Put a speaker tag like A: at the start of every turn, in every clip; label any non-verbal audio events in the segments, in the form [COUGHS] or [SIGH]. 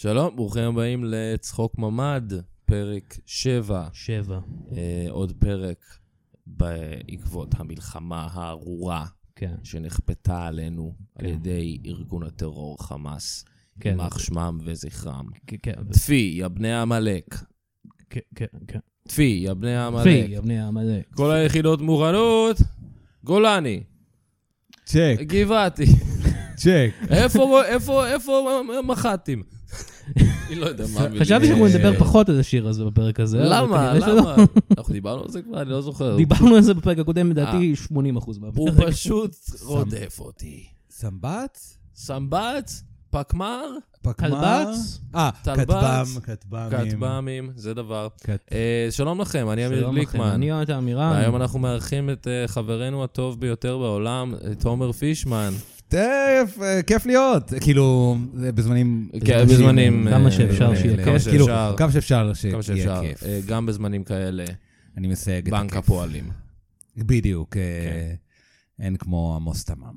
A: שלום, ברוכים הבאים לצחוק ממ"ד, פרק 7,
B: שבע,
A: אה, עוד פרק בעקבות המלחמה הארורה
B: כן.
A: שנכפתה עלינו על
B: כן.
A: ידי ארגון הטרור חמאס,
B: כן.
A: יימח שמם וזכרם.
B: כן, כן,
A: טפי, יא בני עמלק,
B: כן, כן, כן.
A: טפי, יא בני
B: פי,
A: עמלק,
B: יבני עמלק.
A: כל היחידות מוכנות, גולני,
C: צ'ק,
A: גבעתי,
C: צ'ק.
A: איפה, איפה, איפה
B: [LAUGHS]
A: מח"טים? אני לא יודע מה המילים.
B: חשבתי שאנחנו
A: אה,
B: נדבר פחות על השיר הזה בפרק הזה. אבל
A: למה?
B: כנראה שלא.
A: למה? אנחנו דיברנו על זה כבר? אני לא זוכר.
B: דיברנו על זה בפרק הקודם,
A: אה.
B: לדעתי 80%
A: הוא
B: מהפרק.
A: פשוט רודף אותי.
C: סמבץ?
A: סמבץ, פקמ"ר,
C: פקמ"ר?
B: כלבץ?
C: אה,
A: טלבץ?
C: כטב"ם, כטב"מים.
A: כטב"מים, זה דבר.
C: כט-
A: אה, שלום לכם, אני אמיר
B: שלום לכם,
A: גליקמן.
B: אני יונתן אמירן.
A: והיום אנחנו מארחים את אה, חברנו הטוב ביותר בעולם, אה, תומר פישמן.
C: טף, אה, כיף להיות. כאילו, זה בזמנים...
A: כן, בזמנים...
B: כמה
A: אה,
B: שאפשר
A: אה,
B: שיהיה
A: אה,
B: כיף.
A: כמה
C: כן, כאילו,
A: שאפשר.
C: כמה שאפשר
A: כמה
C: שיהיה
A: שאפשר.
C: כיף.
A: אה, גם בזמנים כאלה,
C: אני מסייג את
A: בנק כן.
C: הכיף.
A: הפועלים.
C: בדיוק. אה, אין כמו עמוס תמם.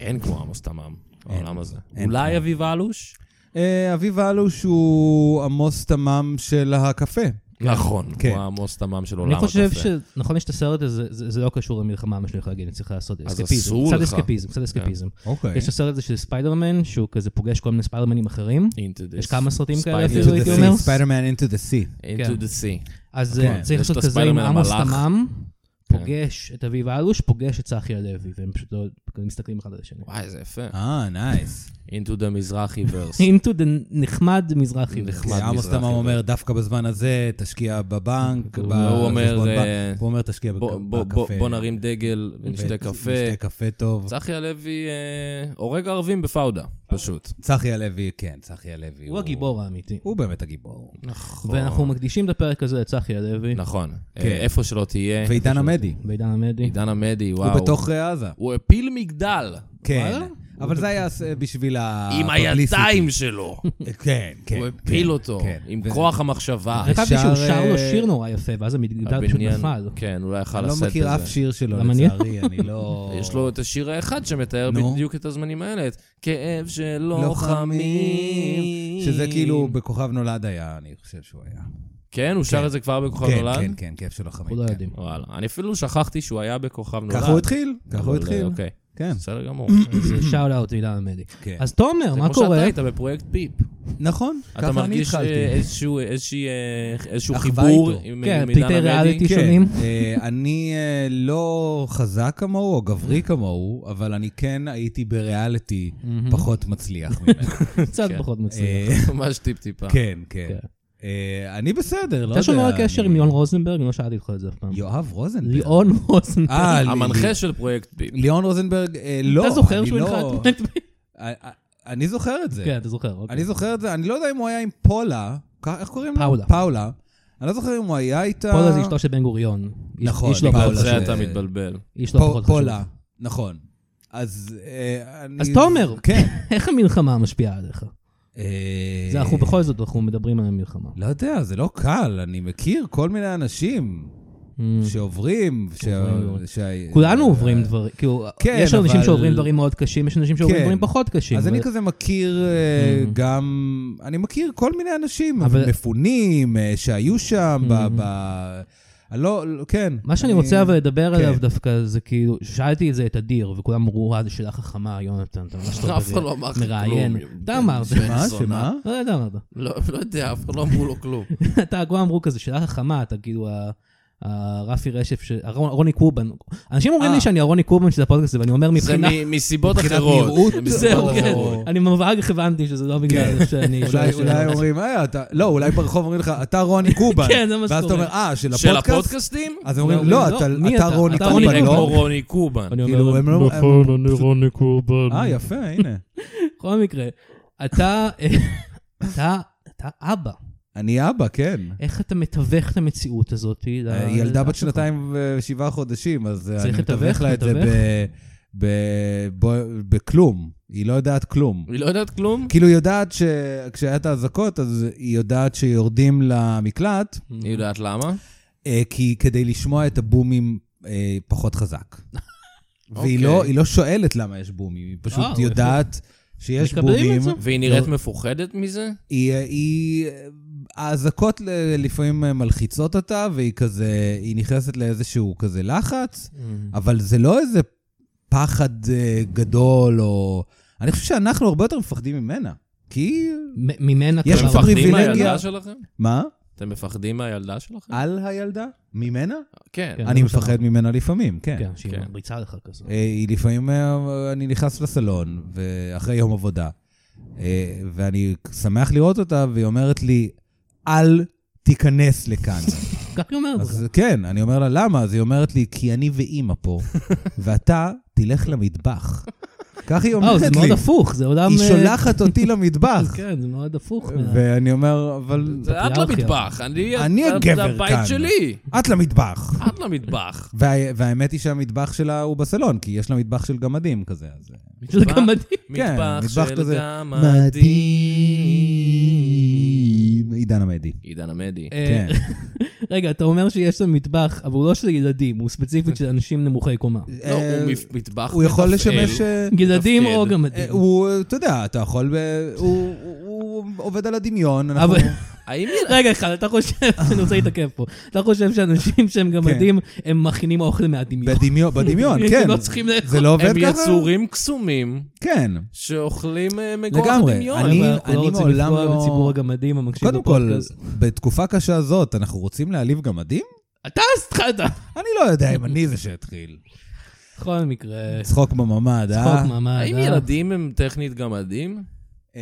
A: אין כמו עמוס תמם בעולם הזה.
C: אין
A: אולי
C: כמו.
A: אביב אלוש?
C: אה, אביב אלוש הוא עמוס תמם של הקפה.
A: נכון,
C: כן.
A: הוא העמוס תמם של עולם
B: אני
A: הקפה.
B: חושב שנכון, יש את הסרט הזה, זה זה לא קשור למלחמה, מה שאני הולך להגיד, אני צריך לעשות
A: אז
B: אסקפיזם.
A: אסור
B: קצת
A: לך. כן.
B: אסקפיזם, קצת אסקפיזם.
C: אוקיי.
B: יש את הסרט הזה של ספיידרמן, שהוא כזה פוגש כל מיני ספיידרמנים אחרים.
A: Into this.
B: יש כמה סרטים כאלה
A: Spider-
B: אפילו,
A: Into the
B: הייתי
A: sea.
B: אומר.
C: ספיידרמן into the sea.
A: Into
B: כן.
A: the sea.
B: אז
C: אוקיי.
B: אה, צריך
A: יש את
B: לעשות כזה עם
A: הספיידרמן
B: עמוס
A: המלאך.
B: תמם,
A: כן.
B: פוגש את אביב אלוש, פוגש את צחי הלוי, והם פשוט לא כזה מסתכלים אחד על השני.
A: וואי, זה יפה.
C: אה, נייס.
A: Into the מזרחי ורס.
C: [LAUGHS]
B: אינטו דה נחמד מזרחי.
A: נחמד.
C: כי עמוס
A: מזרחי.
C: תמם אומר, דווקא בזמן הזה, תשקיע בבנק,
B: הוא
A: הוא אומר,
C: בחשבון בנק."
A: אה,
C: הוא אומר, תשקיע בק-
A: בוא- בוא-
C: בקפה.
A: בוא בוא נרים דגל ונשתה
C: ו-
A: קפה.
C: נשתה קפה טוב.
A: צחי הלוי אה, הורג ערבים בפאודה, פשוט.
C: צחי הלוי, כן, צחי הלוי.
B: הוא הגיבור האמיתי.
C: הוא באמת הגיבור.
A: נכון.
B: ואנחנו מקדישים את הפרק הזה לצחי הלוי,
A: נכון.
C: כן.
A: אה, איפה שלא תהיה.
C: ועידן עמדי,
B: בעידן עמדי.
A: עידן עמדי,
C: הוא
A: וואו.
C: בתוך אה, עזה.
A: הוא הפיל מגדל.
C: כן. אבל זה היה אה, בשביל ה...
A: עם
C: publicity.
A: הידיים שלו.
C: [LAUGHS] כן, כן.
A: הוא הפיל
C: כן,
A: אותו.
C: כן.
A: עם
C: וזה-
A: כוח המחשבה.
B: אני חייב להגיד שהוא
C: שר,
B: שר לו
C: אה,
B: שיר נורא יפה, ואז המגדל פשוט
A: הבניין-
B: נפל.
A: כן, אולי יכל
C: אני
A: לשאת
C: לא
A: את זה.
C: מכיר אף שיר שלו,
B: למה אני-
C: לצערי, אני לא...
A: [LAUGHS] יש לו את השיר האחד שמתאר
C: נו.
A: בדיוק את הזמנים האלה, את כאב של לוחמים.
C: לוחמים. שזה כאילו בכוכב נולד היה, אני חושב שהוא היה.
A: כן, הוא שר את זה כבר בכוכב
C: כן,
A: נולד?
C: כן, כן, כיף של לוחמים.
B: אנחנו לא
C: כן.
B: יודעים.
A: וואלה, אני אפילו שכחתי שהוא היה בכוכב נולד.
C: ככה הוא התחיל, ככה הוא
A: אבל,
C: התחיל.
A: אה, אוקיי,
C: כן,
A: בסדר
C: [CLEARS THROAT]
A: גמור.
B: זה שאול אאוט עידן עמדי.
C: כן.
B: אז תומר,
A: זה
B: מה
A: כמו שאתה
B: קורה?
A: היית בפרויקט פיפ.
C: נכון,
A: אתה
C: ככה אני
A: מרגיש אה,
C: התחלתי.
A: איזשהו- איזושהי, אה, איזשהו
C: אחווה
A: חיבור
C: איתו.
A: עם
B: כן,
A: עם עידן
B: פליטי
A: עמדי?
B: ריאליטי. שונים.
C: אה, אני אה, לא חזק כמוהו או גברי כמוהו, אבל אני כן הייתי בריאליטי פחות מצליח ממנו.
B: קצת
A: כן.
B: פחות מצליח.
A: [LAUGHS]
C: אה,
A: ממש טיפ-טיפה.
C: כן, כן.
B: כן.
C: אה, אני בסדר, לא יודע.
B: יש לנו רק קשר
C: אני-
B: עם ליאון רוזנברג, לא שאלתי אותך את זה אף פעם.
C: יואב רוזנברג.
B: ליאון רוזנברג.
C: אה, לי-
A: המנחה של פרויקט פיפ.
C: ליאון רוזנברג, אה, לא.
B: אתה זוכר
C: אני
B: שהוא
C: לא-
B: הנחה את פרויקט פיפ?
C: [LAUGHS] אה, אה, אני זוכר את זה.
B: כן, אתה זוכר, אוקיי.
C: אני זוכר את זה, אני לא יודע אם הוא היה עם פולה, כ- איך קוראים לה?
B: פאולה.
C: פאולה. אני לא זוכר אם הוא היה איתה...
B: פולה זה אשתו של בן גוריון. איש-
C: נכון,
B: איש לא
C: פאולה
A: על
B: פחות
C: זה-
A: זה
B: חשוב.
A: אתה
C: [LAUGHS]
A: מתבלבל.
B: איש לא
C: פו-
B: פחות חשוב.
C: פולה, נכון. אז אה, אני...
B: אז תומר.
C: כן.
B: איך המלחמה משפיעה עליך?
C: אה,
B: זה אנחנו בכל זאת, אנחנו מדברים על המלחמה.
C: לא יודע, זה לא קל, אני מכיר כל מיני אנשים
B: Mm.
C: שעוברים, ש...
B: עוברים.
C: ש...
B: אה, כולנו עוברים דברים, כאילו,
C: כן,
B: יש אנשים
C: אבל-
B: שעוברים דברים מאוד קשים, יש אנשים שעוברים
C: כן.
B: דברים פחות קשים.
C: אז אני
B: אבל-
C: כזה מכיר אה,
B: Mhm.
C: גם, אני מכיר כל מיני אנשים,
B: אבל-
C: מפונים, אה, שהיו שם,
B: Mhm.
C: ב... ב... אני לא, לא- כן.
B: מה שאני רוצה אבל לדבר
C: כן.
B: עליו דווקא, זה כאילו, שאלתי את זה את אדיר, וכולם אמרו, אה, זו שאלה חכמה, יונתן, אתה ממש טוב
A: אף
B: בזה.
A: אחד לא אמר לך
B: מראיין.
A: כלום.
B: אתה אמרת.
A: בן
C: מה?
A: זונה.
C: שמה?
B: לא יודע מה זה.
A: לא לא יודע, אף אחד לא אמרו לו
C: [LAUGHS]
A: כלום.
B: אתה, כולם אמרו כזה, שאלה חכמה, אתה כאילו, ה- ה- רפי רשף, ש- הרון- רוני קורבן. אנשים אומרים
C: אה.
B: לי שאני הרוני קורבן של הפודקאסט הזה, ואני אומר
A: זה
B: מבחינה...
A: מ- מסיבות
C: מבחינת לא-
A: אחרות.
C: נראות?
A: מסיבות
B: זהו,
C: או-
B: כן.
A: אחרות.
B: אני מבעג הבנתי שזה לא בגלל שאני...
C: כן. אולי אולי אומרים, אה, אתה, לא, אולי ברחוב אומרים לך, אתה רוני קובן.
B: כן, זה מה
C: ואז אתה
B: שקורה.
C: אומר, אה, של
A: של
C: הפודקאסט?
A: הפודקאסטים?
C: אז הם אומרים,
B: לא,
C: לא,
B: לא,
C: אתה-
B: מי
C: אתה
B: אתה?
C: רוני
B: אתה
A: אתה
B: רוני
C: קובן,
A: נראה כמו
C: לא?
A: רוני קובן.
B: אני
C: כאילו,
B: אומר,
C: הם לא-
B: נכון,
C: הם
B: אני
C: פשוט-
B: רוני קורבן.
C: אה, יפה, הנה.
B: בכל מקרה, אתה, [LAUGHS] אתה, אתה אבא.
C: אני אבא, כן.
B: איך אתה מתווך את המציאות הזאת? ל-
C: אה, ילדה בת
B: לאח שלך?
C: שנתיים ושבעה חודשים, אז אני
B: אה, נכון. צריך לתווך,
C: מתווך לה את זה
B: לתווך.
C: ב- ב- ב- בכלום. היא לא יודעת כלום.
A: היא לא יודעת כלום?
C: כאילו, היא יודעת שכשהיה את האזעקות, אז היא יודעת שיורדים למקלט,
A: היא יודעת למה?
C: אה, כי כדי לשמוע את הבומים אה, פחות חזק.
A: אוקיי.
B: אוקיי.
C: והיא לא, היא לא שואלת למה יש בומים, היא פשוט
B: אה,
C: יודעת שיש
B: מקבלים את
C: בומים,
B: זה?
A: והיא נראית מפוחדת מזה?
C: היא, היא, האזעקות ל- לפעמים מלחיצות אותה, והיא כזה, היא נכנסת לאיזשהו כזה לחץ, אבל זה לא איזה פחד אה, גדול, או... אני חושב שאנחנו הרבה יותר מפחדים ממנה, כי...
B: מ- ממנה
C: יש
A: אתם
B: כבר...
C: מפחד.
A: מפחדים
C: פריבילגיה.
A: מהילדה שלכם?
C: מה?
A: אתם מפחדים מהילדה שלכם?
C: על הילדה? ממנה?
A: אה, כן.
B: כן.
C: אני
B: זה מה
C: מפחד
B: שאמרתי.
C: ממנה לפעמים, כן.
B: כן, שהיא
A: כן.
B: מריצה לך כזה.
C: אה, היא לפעמים, אה, אני נכנס לסלון, ואחרי יום עבודה, אה, ואני שמח לראות אותה, והיא אומרת לי, אל תיכנס לכאן.
B: כך היא אומרת לך.
C: אה, אז כן, אני אומר לה, למה? אז היא אומרת לי, כי אני ואימא
B: [LAUGHS]
C: פה, ואתה תלך למטבח. כך היא
B: אה,
C: אומרת
B: זה
C: לי.
B: מאוד הפוך, זה עולם...
C: היא
B: אה, [LAUGHS]
C: שולחת אה, אותי למטבח.
B: כן, זה מאוד הפוך. מה-
C: ואני אומר, אבל
A: זה את
B: פטריארכיה.
A: למטבח, אני
C: אני
A: את- זה
C: הגבר כאן.
A: הבית שלי.
C: את למטבח.
A: את לא [LAUGHS] למטבח.
C: וה- והאמת היא שהמטבח שלה הוא בסלון, כי יש לה מטבח של גמדים כזה. אז...
B: זה גם מדהים.
C: כן,
A: מטבח
C: מטבח
A: של
C: כזה.
A: גמדים.
C: עידן עמדי.
A: עידן עמדי.
C: כן.
B: אה, רגע, אתה אומר שיש שם מטבח, אבל הוא לא של ילדים, הוא ספציפית של אנשים נמוכי קומה.
A: לא,
C: אה,
A: הוא מפ- מטבח
C: הוא יכול
A: מתפעל.
C: לשמש... אה,
B: ילדים או
A: תפקיד.
B: גמדים.
C: אה, הוא, אתה יודע, אתה יכול... ב- הוא- הוא הוא עובד על הדמיון. אנחנו-
B: אבל-
A: האם
B: רגע אחד, אתה חושב, אני
C: [LAUGHS]
B: רוצה להתעכב פה, אתה חושב שאנשים שהם גמדים, הם מכינים אוכל מהדמיון.
C: בדמיון, כן. בדמיון,
B: [LAUGHS] הם
C: כן.
B: לא צריכים לאכול.
C: זה לא עובד
A: הם
C: ככה?
A: יצורים קסומים
C: כן.
A: שאוכלים אה, מכוח
C: לגמרי.
A: הדמיון?
C: אני-
B: אבל אנחנו לא
C: אני
B: רוצים
C: מעולם
B: לפגוע
C: לא-
B: בציבור הגמדים המקשיב
C: קודם כל,
B: בפודקאסט.
C: בתקופה קשה זאת, אנחנו רוצים להעליב גמדים?
B: אתה התחלת.
C: אני לא יודע אם אני זה שהתחיל.
B: בכל מקרה,
C: צחוק בממ"ד, אה?
B: צחוק ממ"ד.
A: האם
B: אה?
A: ילדים הם טכנית גמדים?
C: אמ,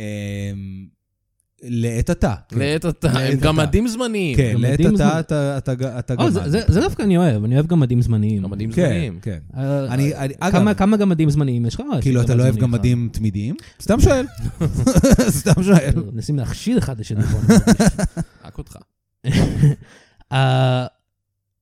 C: לעת עתה. כן.
A: לעת עתה, הם
C: לעת עתה.
A: גמדים זמניים.
C: כן, לעת
B: גמדים
C: עתה
B: זמן.
C: אתה- אתה ג- אתה
B: או, אה, זה-
C: גמד.
B: זה זה דווקא אני אוהב, אני אוהב גמדים זמניים.
A: גמדים
C: כן,
A: זמניים.
C: כן.
B: אה,
C: אני, אני- אגב,
B: כמה- כמה גמדים זמניים יש לך? יש לי
C: כאילו, אתה
B: גמד
C: לא אוהב
B: זמני אחד.
C: גמדים תמידיים? סתם שואל. [LAUGHS] סתם
B: [LAUGHS]
C: שואל.
B: מנסים להכשיל אחד את השני פה.
C: [LAUGHS]
B: אני מרגיש.
A: רק אותך.
C: כן.
B: [LAUGHS] אה,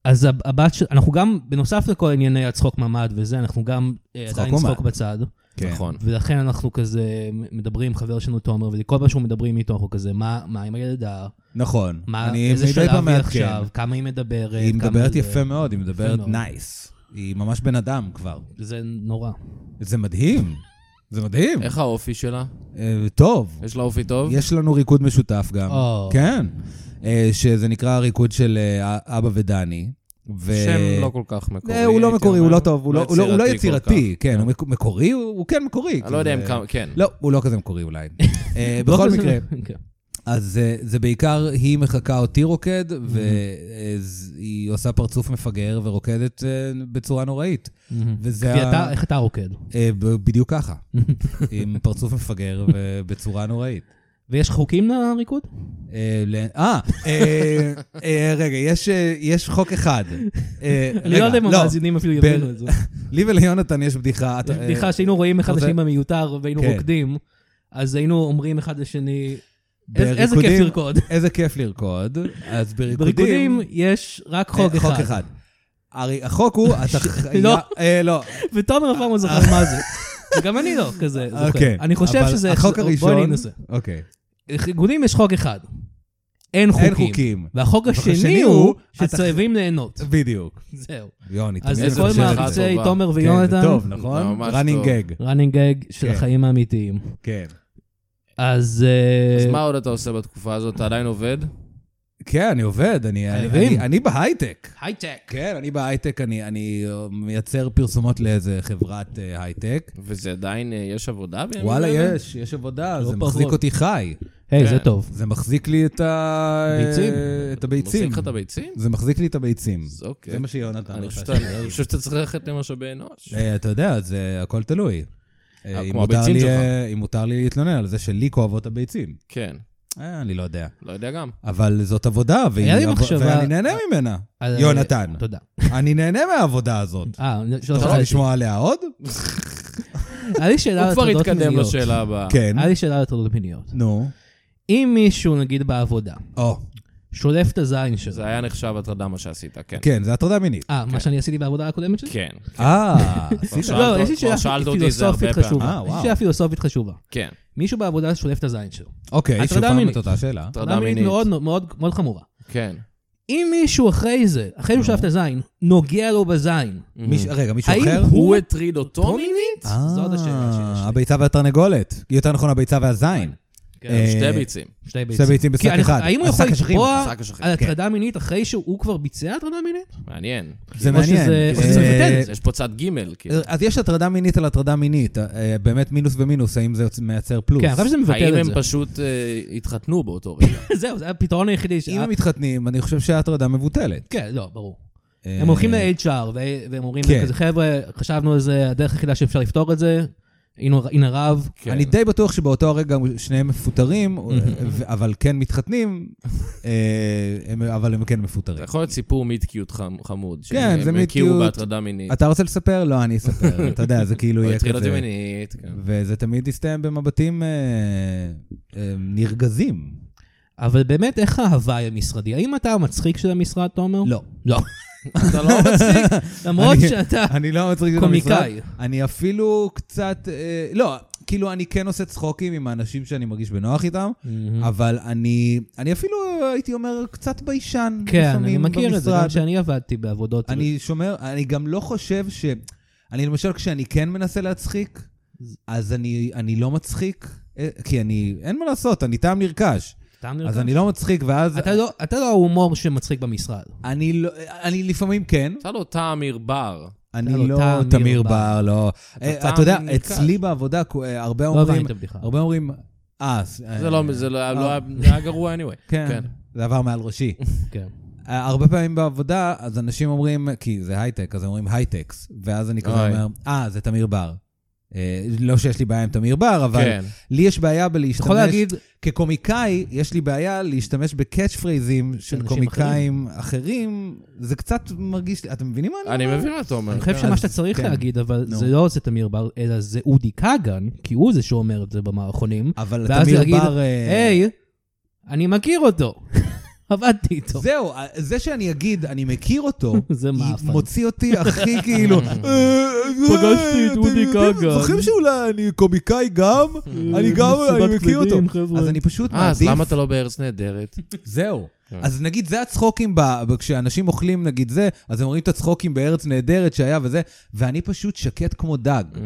B: אז הב- הבת של... אנחנו גם, בנוסף לכל ענייני הצחוק ממ"ד וזה, אנחנו גם אה,
C: צחוק
B: עדיין
C: ממ"ד.
B: צחוק בצד.
C: כן.
A: נכון.
B: ולכן אנחנו כזה מדברים, חבר שלנו תומר, וכל פעם שאנחנו מדברים איתו, אנחנו כזה, מה, מה עם הילדה?
C: נכון.
B: מה,
C: אני
B: איזה
C: מדי פעם
B: שלב היא
C: מעדכן.
B: עכשיו? כמה היא מדברת?
C: היא
B: כמה
C: מדברת
B: זה-
C: יפה מאוד, היא מדברת
B: מאוד.
C: נייס. היא ממש בן אדם כבר.
B: זה נורא.
C: זה מדהים. זה מדהים.
A: איך האופי שלה?
C: אה, טוב.
A: יש לה אופי טוב?
C: יש לנו ריקוד משותף גם.
B: או.
C: כן. אה, שזה נקרא הריקוד של אה, אבא ודני. ו-
A: שם לא כל כך מקורי.
C: אה, הוא לא
A: הייתי
C: מקורי, הוא
A: אומר.
C: לא טוב, הוא לא- הוא לא- הוא לא
A: כל כך.
C: יצירתי. כן, הוא מקו- מקורי, הוא הוא כן מקורי.
A: אני לא יודע אם
C: כזה-
A: כמה, כן.
C: לא, הוא לא כזה מקורי
A: [LAUGHS]
C: אולי. אה, בכל
B: לא כזה-
C: מקרה,
B: [LAUGHS] כן.
C: אז אה, זה בעיקר, היא מחקה אותי רוקד, והיא עושה פרצוף מפגר ורוקדת אה, בצורה נוראית. וזה
B: כי אתה-
C: ה-
B: איך אתה רוקד?
C: אה, ב- בדיוק ככה, עם פרצוף מפגר ובצורה נוראית.
B: ויש חוקים לריקוד?
C: אה, ל- אה, אה, אה, רגע, יש, אה, יש חוק אחד. אה,
B: אני
C: רגע,
B: לא יודע אם המאזינים אפילו
C: בר-
B: יבינו את זה.
C: לי וליונתן יש בדיחה. אתה-
B: יש
C: אה,
B: בדיחה שאם היינו רואים אחד
C: אתה רוצה-
B: לשני במיותר והיינו
C: כן.
B: רוקדים, אז היינו אומרים אחד לשני, "איזה- איזה
C: בריקודים-
B: כיף לרקוד.
C: איזה כיף לרקוד. אז בריקודים...
B: בריקודים יש רק
C: אה,
B: חוק אחד.
C: אחד. הרי החוק הוא, אתה חייב...
B: [LAUGHS] לא.
C: אה, לא.
B: ותומר אף פעם לא זוכר מה זה. וגם אני לא כזה
C: אוקיי.
B: זוכר. אני חושב
C: אבל
B: שזה...
C: החוק
B: בואי
C: הראשון...
B: ננסה.
C: אוקיי.
B: ריקודים יש חוק אחד. אין חוקים.
C: אין חוקים.
B: והחוק
C: והחוק
B: השני
C: השני
B: הוא
C: הוא-
B: שצריכים ליהנות.
C: בדיוק.
B: זהו.
C: יוני,
B: אז
A: איזה
B: כל
A: חושב לך
B: מעריצי
A: טובה.
B: תומר
C: כן, זה
B: ויונתן,
C: טוב, נכון?
A: ממש
C: running
A: טוב.
C: gag.
B: running gag של
C: כן.
B: החיים האמיתיים.
C: כן.
B: אז... אה,
A: אז מה עוד אתה עושה בתקופה הזאת? אתה עדיין עובד?
C: כן, אני עובד, אני- אני-
B: חייבים.
C: אני- אני בהייטק.
B: הייטק.
C: כן, אני בהייטק, אני אני מייצר פרסומות לאיזה חברת אה, הייטק.
A: וזה עדיין, אה, יש עבודה בימים
C: וואלה,
A: האלה?
C: יש, יש עבודה,
B: לא
C: זה מחזיק
B: פחות.
C: אותי חי.
B: היי,
A: כן.
B: זה טוב.
C: זה מחזיק לי את ה...
B: ביצים.
C: את הביצים.
A: מחזיק לך את הביצים?
C: זה מחזיק לי את הביצים.
A: אז אוקיי.
C: זה מה שיונתן.
A: אני
C: רוצה
A: חושב
C: שאני
A: שאתה- אני
C: אגיד.
A: חושב שאתה צריך ללכת למשאבי אנוש.
C: אה, אתה יודע, זה הכל תלוי. אה,
A: אה,
C: אם
A: כמו
C: מותר
A: הביצים
C: לי,
A: שלך.
C: אה, אם מותר לי להתלונן על זה שלי כואבות הביצים.
A: כן,
C: אה, אני לא יודע.
A: לא יודע גם.
C: אבל זאת עבודה, והיא
B: היה לי
C: עב-
B: מחשבה-
C: ואני נהנה ממנה.
B: על-
C: יונתן.
B: אה, תודה.
C: אני נהנה מהעבודה הזאת.
B: אה,
C: אתה
B: שלא
C: רוצה
B: שאלתי.
C: לשמוע עליה עוד?
B: אה. היה לי שאלה על
A: הוא כבר
B: הטרדות
A: התקדם
B: מיניות.
A: לשאלה הבאה.
C: כן.
B: היה לי שאלה על הטרדות מיניות.
C: נו.
B: אם מישהו, נגיד בעבודה,
C: או,
B: שולף את הזין שלו,
A: זה היה נחשב הטרדה מה שעשית, כן.
C: כן, זה הטרדה מינית.
B: אה, מה שאני עשיתי בעבודה הקודמת שלי?
A: כן,
C: אה,
A: כבר
C: עשית.
A: שאלת-
B: לא, יש
A: כבר
B: לי שאלה
A: שאלת אותי את זה הרבה
B: פילוסופית
A: פעמים.
B: חשובה.
C: אה,
B: יש לי
C: וואו.
B: שאלה פילוסופית חשובה.
A: כן,
B: מישהו בעבודה שולף את הזין שלו.
C: אוקיי,
B: הטרדה
C: שוב פעם
B: מינית. אה.
C: את אותה שאלה.
A: הטרדה מינית.
B: מאוד מאוד מאוד חמורה.
A: כן.
B: אם מישהו אחרי זה, אחרי שהוא שלף את הזין, נוגע לו בזין,
C: מיש- רגע, מישהו
B: האם
C: אחר?
A: הוא הטריד אותו
B: טומי
A: לא מינית?
B: מינית?
C: אה,
B: זאת השאלה שיש לי.
C: הביצה והתרנגולת. יותר נכון, הביצה והזין.
B: כן.
C: אה,
A: שתי ביצים.
B: שתי
C: שתי ביצים בשק
B: כי אני-
C: אחד. כן.
B: האם הוא יכול
C: השק השכיב,
B: לתבוע
A: השק השכיב,
B: על הטרדה מינית אחרי שהוא כבר ביצע הטרדה מינית?
A: מעניין.
C: זה
B: או
C: מעניין.
B: שזה- או
C: אה,
B: שזה
C: אה,
A: יש פה צד ג' כאילו.
C: אז יש הטרדה מינית על הטרדה מינית. אה, באמת מינוס ומינוס, האם זה יוצ- מייצר פלוס?
B: כן, אני חושב שזה
A: האם
B: מבטל את
A: הם
B: זה.
A: פשוט אה, התחתנו באותו רגע?
B: [LAUGHS] זהו, זה הפתרון היחידי. ש-
C: אם הם מתחתנים, אני חושב שההטרדה מבוטלת.
B: כן, לא, ברור.
C: אה,
B: הם הולכים ל-HR, ו- והם אומרים
C: כן.
B: כזה, חבר'ה, חשבנו על זה, הדרך היחידה שאפשר לפתור את זה, הנה הנה רב.
A: כן.
C: אני די בטוח שבאותו הרגע
B: [LAUGHS]
C: שניהם מפוטרים, ו- אבל כן מתחתנים, אה, הם- אבל הם כן
A: זה
B: נכון.
C: מפוטרים.
A: יכול להיות סיפור מיד קיוט חמ- חמוד.
C: כן, זה
A: שהם
C: meet
A: הכירו
C: cute.
A: בהטרדה מינית.
C: אתה רוצה לספר? לא,
B: [LAUGHS]
C: אני אספר. אתה יודע, זה כאילו
A: או
C: יהיה
A: הטריד אותי
C: כזה.
A: מינית. כן.
C: וזה תמיד יסתיים במבטים אה, אה, נרגזים.
B: אבל באמת, איך ההוואי המשרדי? האם אתה המצחיק של המשרד, תומר?
C: לא.
B: לא.
A: אתה לא מצחיק.
B: למרות
C: [LAUGHS] אני-
B: שאתה...
C: [LAUGHS] אני לא מצחיק את
B: קומיקאי.
C: המשרד. אני אפילו קצת, אה, לא, כאילו אני כן עושה צחוקים עם האנשים שאני מרגיש בנוח איתם,
B: Mm-hmm.
C: אבל אני אני אפילו הייתי אומר קצת ביישן
B: כן, אני
C: לפעמים
B: מכיר את זה, גם
C: במשרד.
B: כשאני עבדתי בעבודות.
C: אני שומר, אני גם לא חושב ש... אני למשל, כשאני כן מנסה להצחיק, אז אני, אני לא מצחיק, אה, כי אני, אין מה לעשות, אני טעם נרכש.
B: סתם
C: אז
B: נרקב?
C: אני לא מצחיק, ואז...
B: אתה לא- אתה לא ההומור שמצחיק במשרד.
C: אני לא... אני לפעמים כן,
A: אתה לא תעמיר בר.
C: אני
B: לא
C: לא
B: תמיר
C: תמיר
B: בר.
C: בר, לא. אה,
A: אתה
C: אתה יודע,
A: נרכש.
C: אצלי בעבודה כו- אה, הרבה
B: לא
C: אומרים...
B: הבנתי את הבדיחה.
C: הרבה אומרים... אה, ס-
A: זה לא,
C: אה,
A: זה לא,
C: אה,
A: לא היה- זה היה גרוע anyway.
C: כן, זה עבר מעל ראשי.
B: כן.
C: אה, הרבה פעמים בעבודה, אז אנשים אומרים, כי זה הייטק, אז הם אומרים הייטקס, ואז אני כזה
A: אוי.
C: אומר, אה, זה תמיר בר. אה, לא שיש לי בעיה עם תמיר בר, אבל
A: כן.
C: לי יש בעיה
B: אתה יכול
C: בלהשתמש...
B: להגיד,
C: כקומיקאי, יש לי בעיה להשתמש בקאץ' פרייזים של
B: אנשים
C: קומיקאים אחרים. זה קצת מרגיש לי, אתם מבינים מה אני
A: אני
C: אומר?
A: מבין מה אתה אומר.
B: אני חושב
A: כן.
B: שמה
C: אז-
B: שאתה צריך
C: כן.
B: להגיד, אבל
C: נו.
B: זה לא זה תמיר בר, אלא זה אודי כגן, כי הוא זה שאומר את זה במערכונים.
C: אבל
B: ואז
C: תמיר
B: להגיד,
C: בר... אה,
B: היי, אני מכיר אותו. [LAUGHS] עבדתי איתו.
C: זהו, אה, זה שאני אגיד, אני מכיר אותו,
B: [LAUGHS] זה
C: היא
B: מאפן.
C: מוציא
B: [LAUGHS]
C: אותי הכי כאילו... "אה,
B: פגשתי את
C: אתם
B: אודי
C: יודעים,
B: כגן."
C: זוכרים שאולי אני קומיקאי גם?
B: אה,
C: אני גם, אני מכיר אותו. אז אני פשוט
A: אה, אז
C: מעדיף... כן.
A: למה אתה לא בארץ נהדרת?
C: זהו. אז נגיד, זה הצחוקים, ב... ב- כשאנשים אוכלים, נגיד זה, אז הם רואים את הצחוקים בארץ נהדרת שהיה וזה, ואני פשוט שקט כמו דג.
A: אה.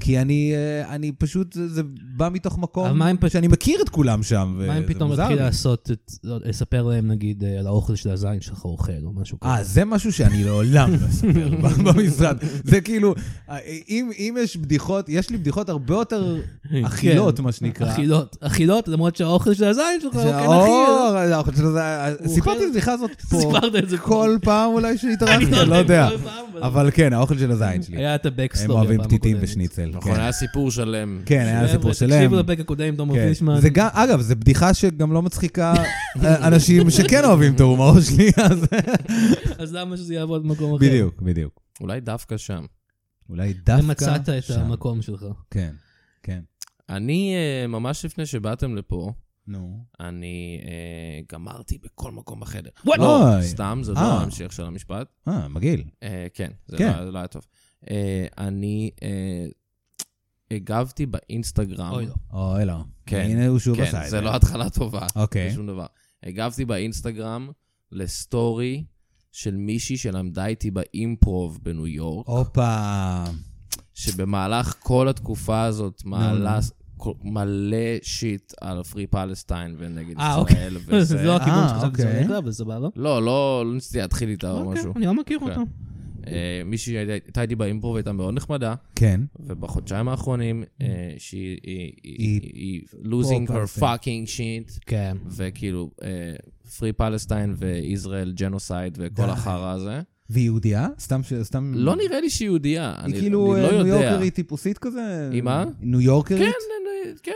C: כי אני, אה, אני פשוט, זה זה בא מתוך
B: אבל מה אם
C: מקום
B: פשוט-
C: שאני מכיר את כולם שם,
B: מה אם
C: וזה
B: פתאום
C: מוזר
B: נתחיל
C: לי.
B: לעשות את, לא יודע, לספר להם נגיד אה, על האוכל של הזין שלך אוכל או משהו כזה.
C: אה, זה משהו שאני לעולם לא
B: [LAUGHS]
C: אספר ב- במשרד. זה כאילו, אה, אם, אם יש בדיחות, יש לי בדיחות הרבה יותר אכילות,
B: כן.
C: מה שנקרא.
B: אכילות, אכילות, למרות שהאוכל של הזין שלך הוא כן אכיל.
C: שהאור, האוכל שלו זה- סיפרתי את הבדיחה הזאת פה,
B: [LAUGHS] סיפרת את זה פה.
C: כל פעם אולי שהתארחתי, אני לא יודע.
B: כל [LAUGHS] פעם, אבל-
C: אבל כן, האוכל של הזין שלי.
B: היה את הבקסטורי.
C: הם אוהבים
B: הפעם
C: פתיתים
B: הקודמת.
C: ושניצל.
A: נכון,
C: כן.
A: היה סיפור שלם.
C: כן, היה
B: חבר'ה,
C: סיפור שלהם.
B: תקשיבו לפרק הקודם, תום
C: כן.
B: פישמן.
C: זה גם, אגב, זו בדיחה שגם לא מצחיקה
B: [LAUGHS]
C: אה, אנשים שכן אוהבים את ההומור שלי, אז
B: אוקיי. אז למה שזה יעבוד במקום אחר?
C: בדיוק, בדיוק.
A: אולי דווקא שם.
C: אולי דווקא
B: ומצאת את
C: שם.
B: המקום שלך.
C: כן, כן.
A: אני, אה, ממש לפני שבאתם לפה,
C: נו.
A: אני אה, גמרתי בכל מקום בחדר.
B: וואט?
A: לא,
C: אוי.
A: סתם, זה לא
C: אה.
A: ההמשך של המשפט.
C: אה, מגעיל.
A: אה, כן, זה
C: כן.
A: לא- לא היה טוב. אה, אני אה, הגבתי באינסטגרם.
B: אוי לא.
C: אוי, לא.
A: כן,
C: הנה הוא שוב עשה את
A: כן,
C: זה.
A: זה לא התחלה טובה.
C: אוקיי.
A: בשום דבר. הגבתי באינסטגרם לסטורי של מישהי שלמדה איתי באימפרוב בניו יורק,
C: הופה.
A: שבמהלך כל התקופה הזאת מעלה
C: נו.
A: ס- כל- מלא שיט על פרי פלסטיין ונגד
B: אה,
A: ישראל
B: [LAUGHS] זה
A: וזה.
B: לא הכיוון
C: אה,
B: שחשבתי שזה
C: אוקיי.
B: הולך, אבל סבבה.
A: לא, לא לא ניסיתי להתחיל איתה או
B: אוקיי,
A: משהו.
B: אני לא מכיר
A: כן.
B: אותו.
A: אה, מישהי הייתה- הייתה איתי באימפרוב, הייתה מאוד נחמדה,
C: כן.
A: ובחודשיים האחרונים, אה, שהיא היא-
C: Mm. היא-
A: היא- היא losing her
C: פלסטין.
A: fucking shit.
B: כן.
A: אמ, וכאילו, פרי פלסטיין וישראל ג'נוסייד וכל
C: די.
A: החרא הזה.
C: והיא יהודייה? סתם ש... סתם...
A: לא נראה לי שהיא יהודייה, אני
C: היא
A: אני
C: כאילו
A: לא
C: אה, ניו
A: יודע.
C: יורקרית טיפוסית כזה?
A: היא מה?
C: ניו יורקרית?
A: כן, אני- כן,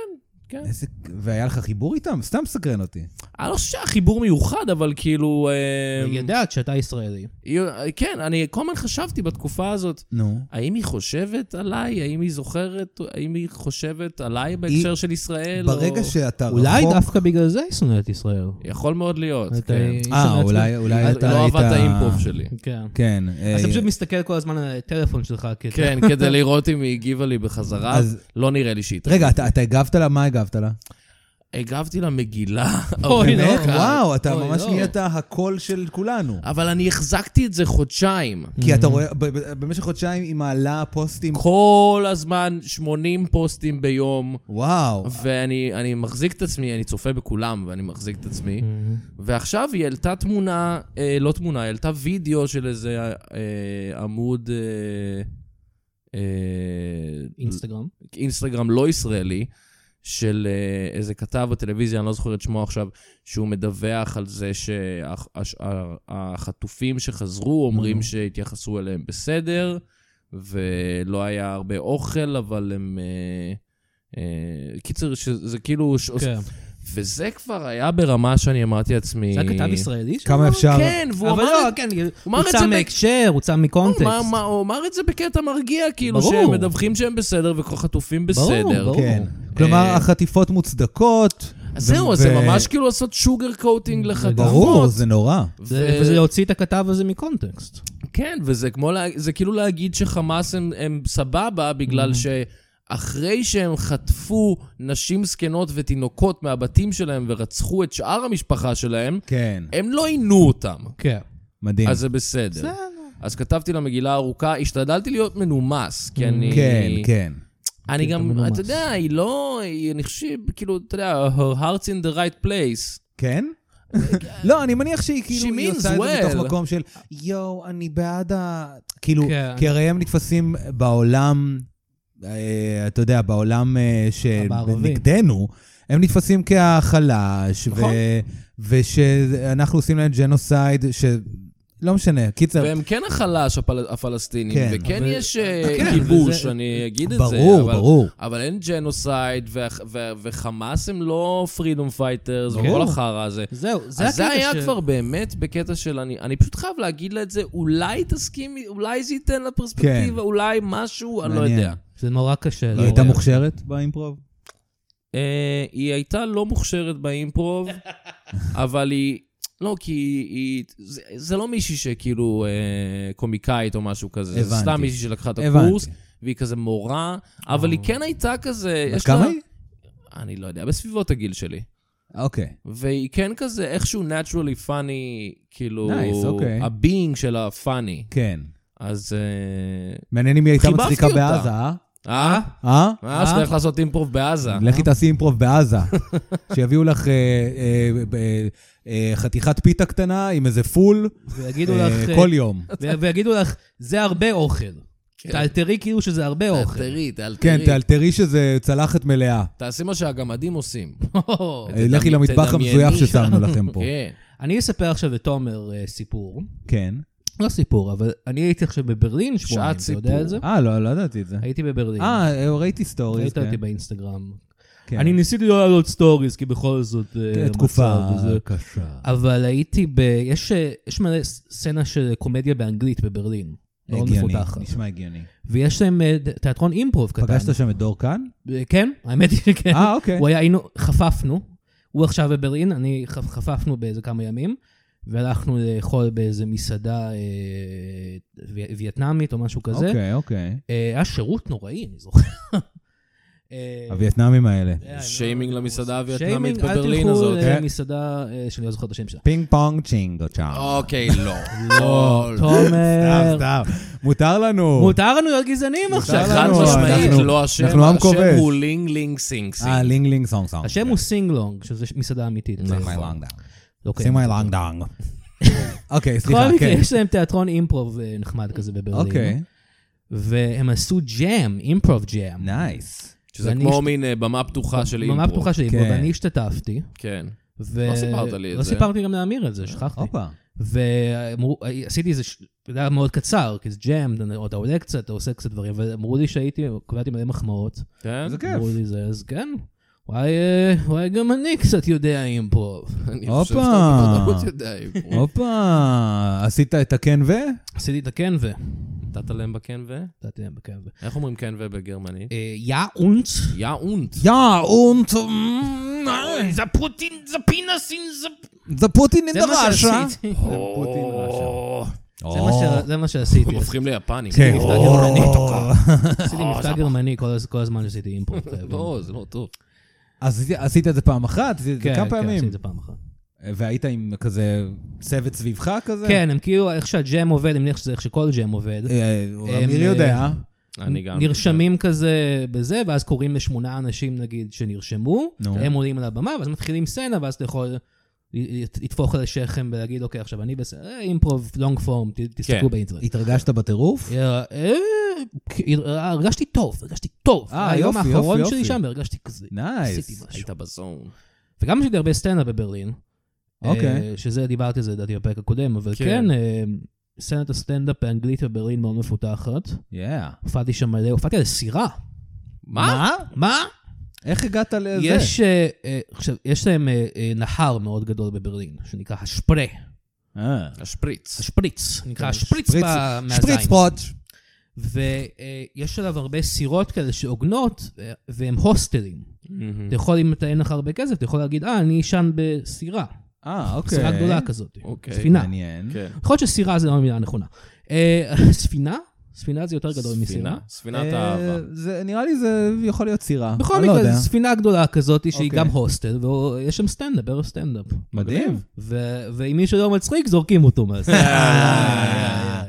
A: כן.
C: איזה... והיה לך חיבור איתם? סתם סקרן אותי.
A: אני לא חושב שהיה חיבור מיוחד, אבל כאילו... אה,
B: היא יודעת שאתה ישראלי.
A: היא- כן, אני כל הזמן חשבתי בתקופה הזאת,
C: נו.
A: האם היא חושבת עליי? האם היא זוכרת? האם היא חושבת עליי בהקשר של ישראל?
C: ברגע
A: או-
C: שאתה רחוק...
B: אולי דווקא בגלל זה היא שונאת ישראל.
A: יכול מאוד להיות,
B: אתה
A: כן.
B: איש
C: אה,
B: המעצבן.
C: אולי, אולי אתה
A: לא
C: היית...
A: אהבת האימפוב שלי.
B: כן.
C: כן.
B: אז אתה
C: אה,
B: פשוט מסתכל כל הזמן על הטלפון שלך, כי אתה- [LAUGHS]
A: כן, כדי לראות אם היא הגיבה לי בחזרה,
C: אז-
A: לא נראה לי שהיא...
C: רגע, אתה, אתה הגבת לה? מה הגבת לה?
A: הגבתי לה מגילה.
B: אוי,
A: ארוכה.
C: באמת?
B: לא.
C: וואו, אתה
B: אוי,
C: ממש
B: לא.
C: נהיית הקול של כולנו.
A: אבל אני החזקתי את זה חודשיים.
C: כי אתה רואה, ב- ב- במשך חודשיים היא מעלה פוסטים,
A: כל הזמן 80 פוסטים ביום,
C: וואו.
A: ואני אני מחזיק את עצמי, אני צופה בכולם ואני מחזיק את עצמי.
B: Mm. Mm-hmm.
A: ועכשיו היא העלתה תמונה, אה, לא תמונה, היא העלתה וידאו של איזה אה, אה, עמוד אה, אה,
B: אינסטגרם.
A: אינסטגרם לא ישראלי, של אה, איזה כתב בטלוויזיה, אני לא זוכר את שמו עכשיו, שהוא מדווח על זה שהחטופים שחזרו אומרים
B: Mm-hmm.
A: שהתייחסו אליהם בסדר, ולא היה הרבה אוכל, אבל הם... אה, אה, קיצר, שזה כאילו... ש-
B: כן.
A: וזה כבר היה ברמה שאני אמרתי לעצמי...
B: זה היה כתב ישראלי? שם?
C: כמה אפשר...
A: כן, אה, והוא
B: אבל
A: אמר,
B: לא,
A: את-
B: כן,
A: אמר
B: הוא
A: את
B: צם
A: זה ב-
B: מהקשר, הוא צם
A: הוא
B: מקונטקסט.
A: אמר- מה- הוא אמר את זה בקטע מרגיע, כאילו,
B: ברור.
A: שהם מדווחים שהם בסדר וכל חטופים
B: ברור,
A: בסדר.
B: ברור.
C: כן.
A: אה,
C: כלומר, החטיפות מוצדקות.
A: אז
C: ו-
A: זהו,
C: ו-
A: אז זה ממש כאילו לעשות שוגר קוטינג לחגגות.
C: ברור, זה נורא.
B: זה- וזה להוציא את הכתב הזה מקונטקסט.
A: כן, וזה כמו, לה- זה כאילו להגיד שחמאס הם, הם סבבה, בגלל
C: Mm-hmm.
A: שאחרי שהם חטפו נשים זקנות ותינוקות מהבתים שלהם ורצחו את שאר המשפחה שלהם,
C: כן,
A: הם לא עינו אותם.
B: כן.
C: מדהים.
A: אז זה בסדר. אז כתבתי לה מגילה ארוכה, השתדלתי להיות מנומס, כי אני...
C: כן, כן.
A: אני גם,
B: מנומס.
A: אתה יודע, היא לא, היא, אני חושב, כאילו, אתה יודע, her heart's in the right place.
C: כן? לא, אני מניח שהיא כאילו, היא
A: means
C: עושה את זה
A: well.
C: מתוך מקום של, יואו, אני בעד ה... כאילו,
B: כן.
C: כי הרי הם נתפסים בעולם, אה, אתה יודע, בעולם אה,
B: המערבי.
C: שנגדנו, הם נתפסים כהחלש, ו-
A: נכון.
C: ושאנחנו עושים להם ג'נוסייד, שלא משנה, קיצר,
A: והם כן החלש, הפל... הפלסטינים,
C: כן,
A: כן, וכן
B: אבל-
A: אבל... יש אה,
B: כן,
A: כיבוש,
B: וזה-
A: אני אגיד את זה.
C: ברור,
A: אבל...
C: ברור.
A: אבל אין ג'נוסייד, ו... ו... וחמאס הם לא פרידום פייטרס,
C: כן.
B: ברור.
A: וכל החרא הזה.
B: זהו, זה
A: אז זה
B: הקטע
A: היה
B: ש-
A: כבר באמת בקטע של אני, אני פשוט חייב להגיד לה את זה, אולי תסכימי, אולי זה ייתן לה פרספקטיבה, אולי משהו, אני לא
C: כן. מעניין.
A: יודע.
B: זה נורא קשה.
C: היא
B: לא.
C: הייתה
A: היה.
C: מוכשרת באימפרוב?
A: אה, היא הייתה לא מוכשרת
C: [LAUGHS]
A: באימפרוב, אבל היא... לא, כי היא... זה, זה לא מישהי שכאילו אה, קומיקאית או משהו כזה. זה
C: הבנתי.
A: סתם מישהי שלקחה את
C: הבנתי.
A: הקורס, והיא כזה מורה, אבל היא כן הייתה כזה...
C: בת
A: יש לה-
C: כמה היא?
A: אני לא יודע, בסביבות הגיל שלי.
C: אוקיי.
A: והיא כן כזה איכשהו naturally funny, כאילו...
C: Nice, אוקיי.
A: הבינג שלה funny.
C: כן.
A: אז... אה,
C: מעניין אם היא הייתה
A: חיבבתי
C: מצחיקה
A: אותה.
C: בעזה, אה?
A: אה?
C: אה?
A: אה?
B: לא
A: אז צריך לעשות אימפרוב בעזה.
C: לכי תעשי אימפרוב בעזה.
B: [LAUGHS]
C: שיביאו לך אה, אה, אה, אה, חתיכת פיתה קטנה עם איזה פול
B: ויגידו
C: אה,
B: לך...
C: כל יום.
B: ו- ויגידו לך, זה הרבה אוכל.
A: כן.
B: תאלתרי כאילו שזה הרבה אוכל.
A: תאלתרי, תאלתרי.
C: כן, תאלתרי שזה צלחת מלאה.
A: תעשי מה שהגמדים עושים.
C: אה, לכי
A: תדמי-
C: למטבח
A: תדמייני.
C: המזויף ששמנו לכם פה. אה.
A: כן.
B: [LAUGHS] אני אספר עכשיו לתומר אה, סיפור.
C: כן.
B: לא סיפור, אבל אני הייתי עכשיו בברלין שבועיים, אתה
A: סיפור.
B: יודע את זה?
C: אה, לא, לא ידעתי את זה.
B: הייתי בברלין.
C: אה, ראיתי סטוריז.
B: ראית
C: כן.
B: אותי באינסטגרם.
C: כן.
B: אני ניסיתי לא לעלות סטוריז, כי בכל זאת... אה,
C: כן,
B: המצב
C: תקופה
B: וזה.
C: קשה.
B: אבל הייתי ב... יש, אה, יש מלא ס- סצנה של קומדיה באנגלית בברלין. מאוד
C: הגיוני,
B: מפותחת.
C: נשמע הגיוני.
B: ויש להם אה, ד- תיאטרון אימפרוב קטן.
C: פגשת שם את דור כאן?
B: אה, כן, האמת היא שכן.
C: אה,
B: [LAUGHS]
C: אוקיי.
B: הוא היה, היינו, חפפנו. הוא עכשיו בברלין, אני חפ- חפפנו באיזה כמה ימים, והלכנו לאכול באיזה מסעדה אה, וי- וייטנאמית או משהו כזה.
C: אוקיי, אוקיי.
B: אה, היה שירות נוראי, אני זוכר. אה,
C: הווייטנאמים האלה.
B: אה, אני לא-
A: שיימינג למסעדה
B: שיימינג,
A: הווייטנאמית
B: אל
A: בברלין
B: תלכו
A: הזאת.
B: למסעדה אה, שאני לא זוכר את
A: [LAUGHS]
B: השם שלה.
C: פינג פונג צ'ינג או צ'אנג.
A: אוקיי, לא. לא.
B: תומר,
C: סתם, מותר לנו.
B: מותר לנו להיות גזענים
C: מותר
B: עכשיו.
A: חד
C: לנו,
A: משמעית,
C: אנחנו-
A: לא השם.
C: אנחנו עם כובש.
A: השם הוא לינג לינג סינג סינג.
C: אה, לינג לינג סונג סונג.
B: השם הוא נכון. סינגלונג, שזה מסעדה אמיתית.
C: סימי לנגדאונג.
B: לא קיים.
C: סימי לנגדאונג.
B: [LAUGHS]
C: אוקיי, סליחה,
B: בכל מקרה,
C: כן.
B: יש להם תיאטרון אימפרוב אה, נחמד כזה בברלין.
C: אוקיי,
B: והם עשו ג'אם, אימפרוב ג'אם.
C: נייס.
A: שזה
B: ואני
A: כמו
B: השת-
A: מין אה, במה פתוחה של אימפרוב.
B: ממש פתוחה של אימפרוב,
C: כן.
B: ואני השתתפתי.
A: כן.
B: ו-
A: לא סיפרת לי את
B: לא
A: זה.
B: סיפרתי גם לאמיר את זה, שכחתי.
C: הופה.
B: ועשיתי איזה, ש- זה היה מאוד קצר, כי זה ג'אם, אתה- אתה עולה קצת, אתה עושה קצת דברים, ואמרו לי שהייתי, קיבלתי מלא מחמאות.
A: כן?
C: זה כיף.
B: אמרו לי זה, אז כן. וואי, אה, וואי, גם אני קצת יודע אימפרוב.
A: אני
C: הופה.
A: חושב שאתה בוודאות יודע
B: כן.
A: אימפרוב.
C: הופה, עשית את הכן ו?
B: עשיתי את הכן ו...
A: נתת להם בכן ו?
B: נתתי להם בכן ו...
A: איך אומרים כן ו בגרמנית?
B: אה, יא אונט.
A: יא אונט.
C: יא אונט.
B: זה פוטין, זה פינס אין זה...
C: זה פוטין אין אה?
B: זה מה
C: דרשה.
B: שעשיתי.
A: או,
B: זה מה ש- זה מה שעשיתי.
A: הם הופכים ליפנים.
C: כן.
A: או,
B: מבטא
C: או.
B: גרמני. עשיתי
A: או,
B: מבטא
A: זה-
B: גרמני כל הז- כל הזמן עשיתי אימפרוב. אתה מבין?
A: לא, זה לא טוב.
C: [LAUGHS] אז עשית- עשית את זה פעם אחת, עשית את זה
B: כן,
C: כמה
B: כן, עשיתי
C: פעמים.
B: את זה פעם אחת.
C: והיית עם כזה צוות סביבך כזה?
B: כן, הם כאילו, איך שהג'ם עובד, אני מניח שזה איך שכל ג'ם עובד.
C: אה,
B: הם,
C: אמיר יודע.
A: אני גם...
B: נרשמים כזה בזה, ואז קוראים לשמונה אנשים, נגיד, שנרשמו,
C: נו.
B: הם עולים על הבמה, ואז מתחילים סצנה, ואז אתה יכול לת- לטפוח על השכם ולהגיד, אוקיי, עכשיו אני בסדר, אימפרוב, לונג פורם, ת- תסתכלו
A: כן.
B: באינטרנט.
C: התרגשת בטירוף?
B: אה, אה, אה, הרגשתי טוב, הרגשתי טוב.
C: אה,
B: היום
C: יופי,
B: האחרון
C: יופי,
B: שלי
C: יופי.
B: שם, הרגשתי כזה. עשיתי
C: נייס.
B: משהו.
A: היית בזון.
B: וגם יש לי הרבה סצנה בברלין.
C: אוקיי.
B: אה, שזה, דיברתי על זה לדעתי בפרק הקודם, אבל
A: כן.
B: כן, אה, סצנת הסטנדאפ האנגלית בברלין מאוד מפותחת.
C: יאה.
B: הופעתי שם מלא, הופעתי על סירה.
A: מה?
B: מה?
C: איך הגעת לזה?
B: יש, אה, אה, עכשיו, יש להם אה, אה, נהר מאוד גדול בברלין, שנקרא השפרה,
C: אה.
A: השפריץ.
B: השפריץ, נקרא השפריץ
C: שפריץ-
B: ב- מהזין.
C: שפריץ פרוץ'.
B: ויש עליו הרבה סירות כאלה שעוגנות, אה, והם הוסטלים.
C: Mm.
B: אתה יכול, אם אתה אין לך הרבה כסף, אתה יכול להגיד, אה, אני אשן בסירה.
C: אה, אוקיי.
B: סירה גדולה כזאת,
A: אוקיי,
B: ספינה.
C: מעניין.
A: כן.
B: יכול להיות שסירה זה לא המילה הנכונה. אה, [LAUGHS] ספינה? ספינה זה יותר גדול מסירה.
A: ספינה, ספינת
C: אה,
A: האהבה.
C: זה- נראה לי זה יכול להיות סירה.
B: בכל
C: אני לא
B: מקרה,
C: יודע.
B: זו ספינה גדולה כזאת, שהיא
C: אוקיי.
B: גם הוסטל, ויש שם סטנדאפ, ערב סטנדאפ.
C: מדהים.
B: ו- ואם מישהו לא מצחיק, זורקים אותו מה- אה,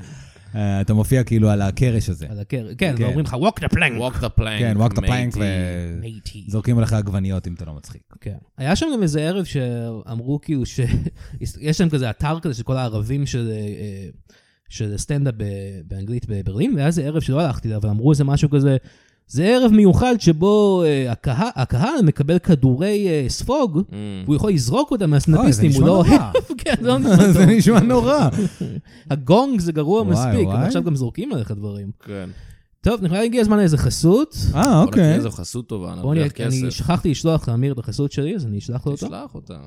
C: אה, אתה מופיע כאילו על הקרש הזה.
B: על הקר... כן,
C: כן.
B: ואומרים לך, walk the plank.
A: walk the plank.
C: כן, walk the plank
A: matey.
C: ו-
B: matey."
C: זורקים עליך עגבניות אם אתה לא מצחיק.
B: כן. היה שם גם איזה ערב שאמרו כאילו ש... יש להם כזה אתר כזה של כל הערבים של, אה, של סטנדאפ ב- באנגלית בברלין, והיה איזה ערב שלא הלכתי אליו, אבל אמרו איזה משהו כזה, זה ערב מיוחד שבו אה, הקהל, הקהל מקבל כדורי אה, ספוג,
A: Mm.
B: והוא יכול לזרוק אותם
C: אוי, זה
B: מהסטנאפיסטים, הוא
C: נשמע
B: לא
C: נורא.
B: אוהב. כן, זה לא נשמע
C: [LAUGHS] זה
B: טוב.
C: נשמע נורא.
B: הגונג זה גרוע
C: וואי,
B: מספיק,
C: וואי.
B: אבל עכשיו גם זורקים עליך דברים.
A: כן.
B: טוב, נראה לי הגיע הזמן לאיזה חסות.
C: אה, אוקיי.
A: איזו חסות טובה,
B: בוא נראה,
A: נרוויח
B: אני
A: כסף.
B: שכחתי לשלוח לאמיר את החסות שלי, אז אני אשלח לו אותו.
A: תשלח אותה.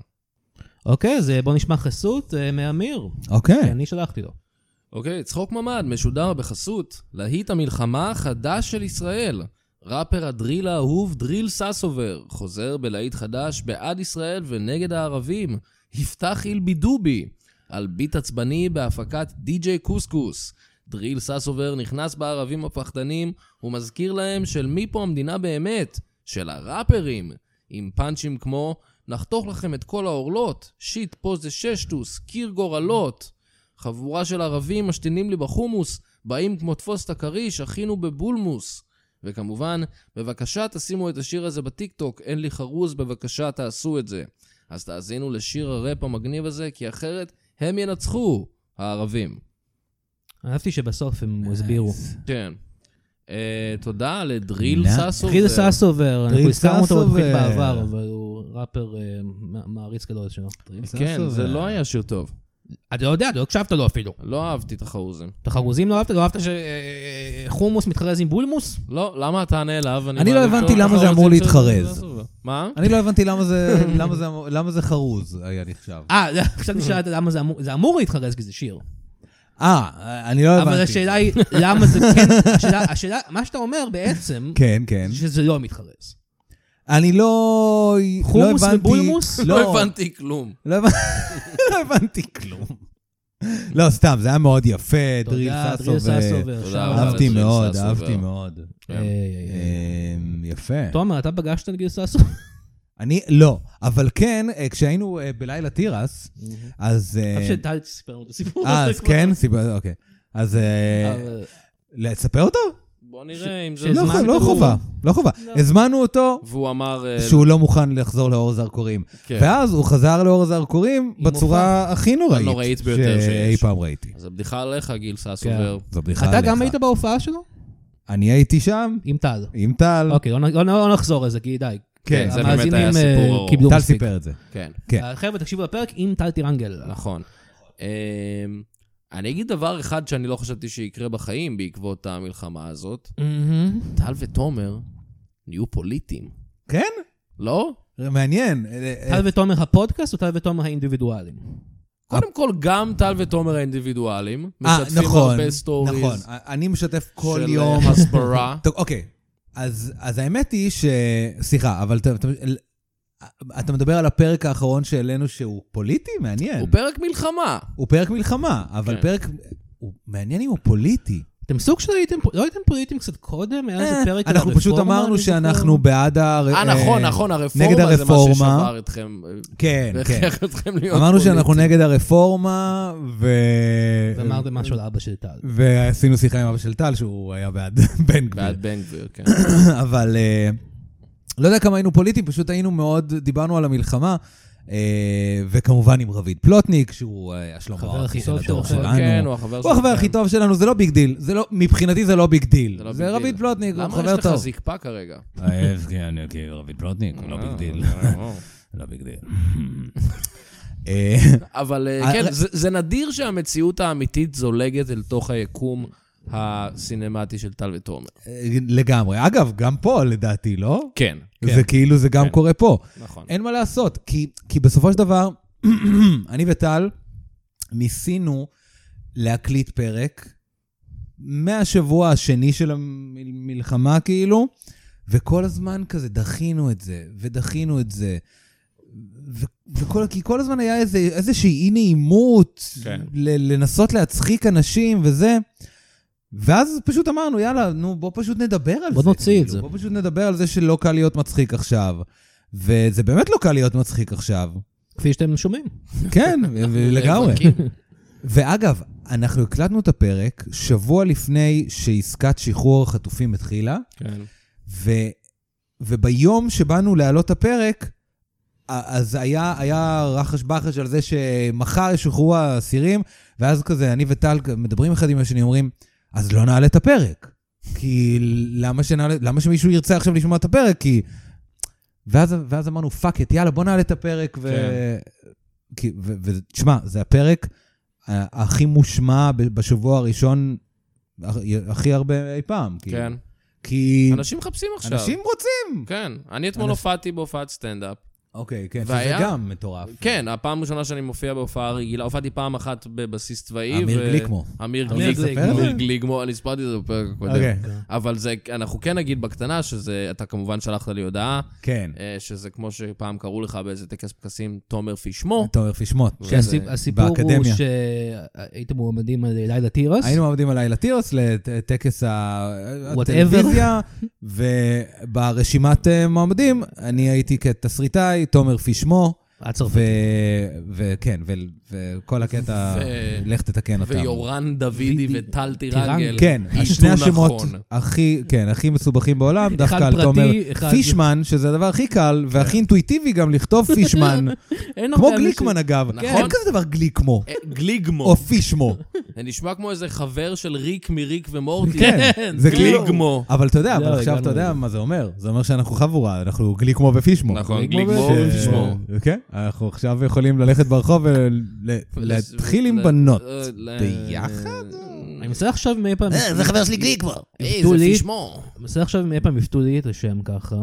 B: אוקיי, אז אה, בוא נשמע חסות אה, מאמיר,
C: אוקיי.
B: שאני שלחתי לו.
A: אוקיי, צחוק ממ"ד משודר בחסות להיט המלחמה החדש של ישראל. ראפר הדריל האהוב דריל ססובר חוזר בלהיט חדש בעד ישראל ונגד הערבים. יפתח אילבי דובי על ביט עצבני בהפקת די.ג'יי קוסקוס. דריל ססובר נכנס בערבים הפחדנים ומזכיר להם של מי פה המדינה באמת, של הראפרים. עם פאנצ'ים כמו נחתוך לכם את כל העורלות, שיט פה זה ששטוס, קיר גורלות. חבורה של ערבים משתינים לי בחומוס, באים כמו תפוס את הכריש, אחינו בבולמוס. וכמובן, בבקשה תשימו את השיר הזה בטיקטוק, אין לי חרוז, בבקשה תעשו את זה. אז תאזינו לשיר הראפ המגניב הזה, כי אחרת הם ינצחו, הערבים.
B: אהבתי שבסוף
C: אה,
B: הם הסבירו.
A: כן. אה, תודה לדריל
C: נא-
A: ססו.
B: חיל
A: ו-
B: ססובר, אנחנו
C: דריל
B: הזכרנו אותו בתוכנית
C: ססובר.
B: בעבר, אבל הוא ראפר אה, מ- מעריץ גדול שלו.
A: כן, זה לא היה שיר טוב.
B: אתה לא יודע, לא הקשבת לו אפילו.
A: לא אהבתי את החרוזים.
B: את החרוזים לא אהבת? לא אהבת שחומוס אה, מתחרז עם בולמוס?
A: לא, למה אתה נעלב?
C: אני לא
A: מעדיף
C: הבנתי
A: את
C: למה זה
A: החרוזים
C: אמור
A: של
C: להתחרז.
A: דריל ססובר. מה?
C: אני לא הבנתי למה זה- למה זה אמור- למה זה חרוז היה נחשב.
B: אה, [LAUGHS] זה-
C: לא.
B: חשבתי שאלת למה זה אמור- זה אמור להתחרז כי זה שיר.
C: אה, אני לא הבנתי.
B: אבל השאלה היא, למה זה כן... השאלה- השאלה, מה שאתה אומר בעצם,
C: כן, כן.
B: זה שזה לא מתחרז.
C: אני לא... לא
B: חומוס
C: הבנתי-
B: ובולמוס?
A: לא הבנתי כלום.
C: לא הבנ- [LAUGHS] לא הבנתי כלום. לא, סתם, זה היה מאוד יפה, דריל
B: תודה, דריל
C: ססובר.
B: ססובר.
A: תודה
B: שאלה.
A: רבה.
C: אהבתי
A: דריל
C: מאוד,
A: ססובר.
C: אהבתי מאוד.
A: כן.
B: אה, אה, אה.
C: אמ, יפה.
B: תומר, אתה פגשת את גיל ססובר?
C: אני לא, אבל כן, אה, כשהיינו אה, בלילה תירס, אז... אה,
B: אני חושב שטל סיפר לנו את הסיפור הזה.
C: אה, אז
B: כבר.
C: כן? סיבה- אוקיי. אז... אה,
B: אבל-
C: לספר אותו?
A: בוא נראה אם זה...
B: שלא
C: לא
A: זמן
C: חו- לא
A: דיבור.
C: חובה, לא חובה. הזמנו אותו
A: והוא אמר... אה,
C: שהוא לא מוכן לחזור לאור הזרקורים.
A: כן.
C: ואז הוא חזר לאור הזרקורים
B: עם
C: בצורה הכי נוראית.
A: הנוראית ביותר
C: שאי
A: שיש.
C: פעם ראיתי.
A: אז הבדיחה עליך, גיל
C: כן.
A: ססובר.
C: זו בדיחה
B: אתה
C: עליך.
B: גם היית בהופעה שלו?
C: אני הייתי שם,
B: עם טל.
C: עם טל.
B: אוקיי, לא נ- לא- לא נחזור לזה, כי די.
C: כן,
A: זה באמת
B: המאזינים,
A: היה סיפור
B: אה,
A: ארוך.
B: קיבלו
C: טל
B: מספיק.
C: סיפר את זה.
A: כן,
C: כן.
B: אה, חבר'ה, תקשיבו לפרק עם טל טירנגל.
A: נכון. אמ, אני אגיד דבר אחד שאני לא חשבתי שיקרה בחיים בעקבות המלחמה הזאת.
C: אה.
B: מהמם.
A: טל ותומר נהיו פוליטיים.
C: כן?
A: לא?
C: מעניין. אה, אה,
B: טל ותומר הפודקאסט או טל ותומר האינדיבידואלים?
A: קודם כל, גם טל ותומר האינדיבידואלים.
C: אה,
A: משתפים
C: נכון,
A: הרבה סטוריז.
C: נכון. אני משתף כל
A: של
C: יום.
A: אה, הסברה.
C: [LAUGHS] טוב, אוקיי. אז, אז האמת היא ש... סליחה, אבל אתה, אתה, אתה מדבר על הפרק האחרון שהעלינו שהוא פוליטי? מעניין.
A: הוא
C: הוא, אה,
A: פרק מלחמה.
C: הוא פרק מלחמה, אבל
A: כן.
C: פרק... הוא, מעניין אם הוא פוליטי.
B: אתם סוג של הייתם, פו- לא הייתם פוליטיים קצת קודם? היה איזה
C: אה,
B: פרק על
C: אנחנו
B: הרפורמה?
C: פשוט אמרנו
B: אני זוכר.
C: שאנחנו בעד ה...
A: אה, נכון, נכון, הרפורמה
C: נגד
A: זה מה
C: הרפורמה.
A: ששבר אתכם. אה, [LAUGHS]
C: כן, כן.
A: והכריח אתכם להיות
C: אמרנו שאנחנו
A: פוליטיים.
C: נגד הרפורמה, ו...
B: ואמרתם
C: אה,
B: משהו על אבא של טל.
C: ועשינו שיחה עם אבא של טל, שהוא היה בעד [LAUGHS] בן גביר.
A: בעד בן גביר, כן.
C: [COUGHS] אבל אה, לא יודע כמה היינו פוליטיים, פשוט היינו מאוד, דיברנו על המלחמה, אה, וכמובן עם רביד פלוטניק, שהוא אה, השלום
B: החבר
C: הארצי
B: הכי
C: של
B: טוב
C: הדור
B: שלכם.
C: שלנו.
A: כן, הוא החבר
C: הוא החבר הכי טוב שלנו, זה לא ביג דיל. זה לא, מבחינתי זה לא ביג דיל.
A: לא
C: זה
A: ביג
C: רביד
A: דיל.
C: פלוטניק, הוא
A: למה
C: חבר
A: יש לך
C: טוב.
A: זקפה כרגע?
C: אה, כן, כי רביד פלוטניק, הוא לא ביג דיל.
A: אה,
C: לא ביג דיל. [LAUGHS] אה,
A: [LAUGHS] אבל אה,
C: אה,
A: כן,
C: אה,
A: זה זה נדיר שהמציאות האמיתית זולגת אל תוך היקום הסינמטי של טל ותומר.
C: לגמרי. אגב, גם פה לדעתי, לא?
A: כן,
C: זה כאילו, זה גם
A: כן.
C: קורה פה.
A: נכון.
C: אין מה לעשות, כי, כי בסופו של דבר, [CLEARS THROAT] אני וטל ניסינו להקליט פרק מהשבוע השני של המלחמה, כאילו, וכל הזמן כזה דחינו את זה, ודחינו את זה. ו- וכל, כי כל הזמן היה איזה, איזושהי אי-נעימות,
A: כן.
C: ל- לנסות להצחיק אנשים וזה. ואז פשוט אמרנו, יאללה, נו, בוא פשוט נדבר על
B: בוא
C: זה. כאילו,
B: נוציא את זה.
C: בוא פשוט נדבר על זה שלא קל להיות מצחיק עכשיו. וזה באמת לא קל להיות
B: [LAUGHS]
C: מצחיק עכשיו.
B: כפי שאתם שומעים. כן.
C: כן, לגמרי. כן. ואגב, אנחנו הקלטנו את הפרק שבוע לפני שעסקת שחרור החטופים התחילה,
A: כן.
C: ו, וביום שבאנו להעלות את הפרק, א- אז היה, היה רחש בחש על זה שמחר ישוחררו האסירים, ואז כזה, אני וטל מדברים אחד עם השני, אומרים, אז לא נעלה את הפרק. כי למה, שנעלה, למה שמישהו ירצה עכשיו לשמוע את הפרק? כי... ואז, ואז אמרנו, פאק את, יאללה, בוא נעלה את הפרק. ו...
A: כן.
C: כי- ו- ותשמע, זה הפרק ה- הכי מושמע ב- בשבוע הראשון, הכ- הכי הרבה אי פעם. כאילו.
A: כן.
C: כי...
A: אנשים מחפשים עכשיו.
C: אנשים רוצים.
A: כן. אני אתמול
C: אנש-
A: הופעתי בהופעת סטנדאפ.
C: אוקיי, כן, שזה
A: והיה-
C: גם מטורף.
A: כן, הפעם הראשונה שאני מופיע בהופעה רגילה, הופעתי פעם אחת בבסיס צבאי.
C: אה, אמיר
A: ו-
C: גליקמו.
A: אמיר
B: אתה
A: גליק-
B: רוצה לספר
C: את זה?
A: אמיר גליקמו, אני הסברתי את זה בפרק הקודם.
C: אוקיי,
B: כן.
A: אבל זה, אנחנו כן נגיד בקטנה שזה, אתה כמובן שלחת לי הודעה,
C: כן.
A: אה, שזה כמו שפעם קראו לך באיזה טקס פרסים, תומר פישמו.
C: תומר פישמוט.
A: וזה-
B: שהסיפור כן, הוא
C: כן, באקדמיה.
B: שהייתם מועמדים על לילה תירס.
C: היינו מעמדים על לילה תירס לטקס ה-
B: Whatever.
C: הטלוויזיה, וברשימת אה, מועמדים אני הייתי כתסריטאי, תומר פישמו,
B: הצרפתי.
C: ו- וכן, ו- וכל הקטע,
A: ו-
C: לך תתקן אותם.
A: ויורן דוידי
B: וידי-
A: וטל
B: טירנגל.
A: טירנגל.
C: כן,
A: עיתו
C: שני השמות
A: נכון.
C: הכי, כן, הכי מסובכים בעולם, דווקא
B: אחד
C: על תומר
B: פרטי, אחד-
C: פישמן, שזה הדבר הכי קל והכי אינטואיטיבי גם
B: [LAUGHS]
C: לכתוב פישמן,
B: אין הרבה
C: כמו
B: אנשים-
C: גליקמן אגב.
A: נכון.
C: אין כזה דבר גליקמו,
A: אה, גליגמו.
C: או פישמו.
A: זה נשמע כמו איזה חבר של ריק מריק ומורטי.
C: כן, זה כאילו-
A: גליגמו.
C: אבל אתה יודע,
B: לא,
C: אבל עכשיו
B: הגענו
C: אתה יודע
B: לזה.
C: מה זה אומר. זה אומר שאנחנו חבורה, אנחנו גליקמו ופישמו.
A: נכון,
B: גליגמו
A: גליגמו
C: ש-
A: ופישמו.
C: כן, אנחנו עכשיו יכולים ללכת ברחוב ולהתחיל עם
A: ל-
C: בנות.
A: אה, ל-
C: ביחד?
B: אני מנסה עכשיו מאי פעם...
C: אה, זה חבר שלי גליקמו.
A: היי,
B: עיתו
A: זה
B: לי.
A: פישמו.
B: אני מנסה עכשיו מאי פעם יפתו לי את השם ככה.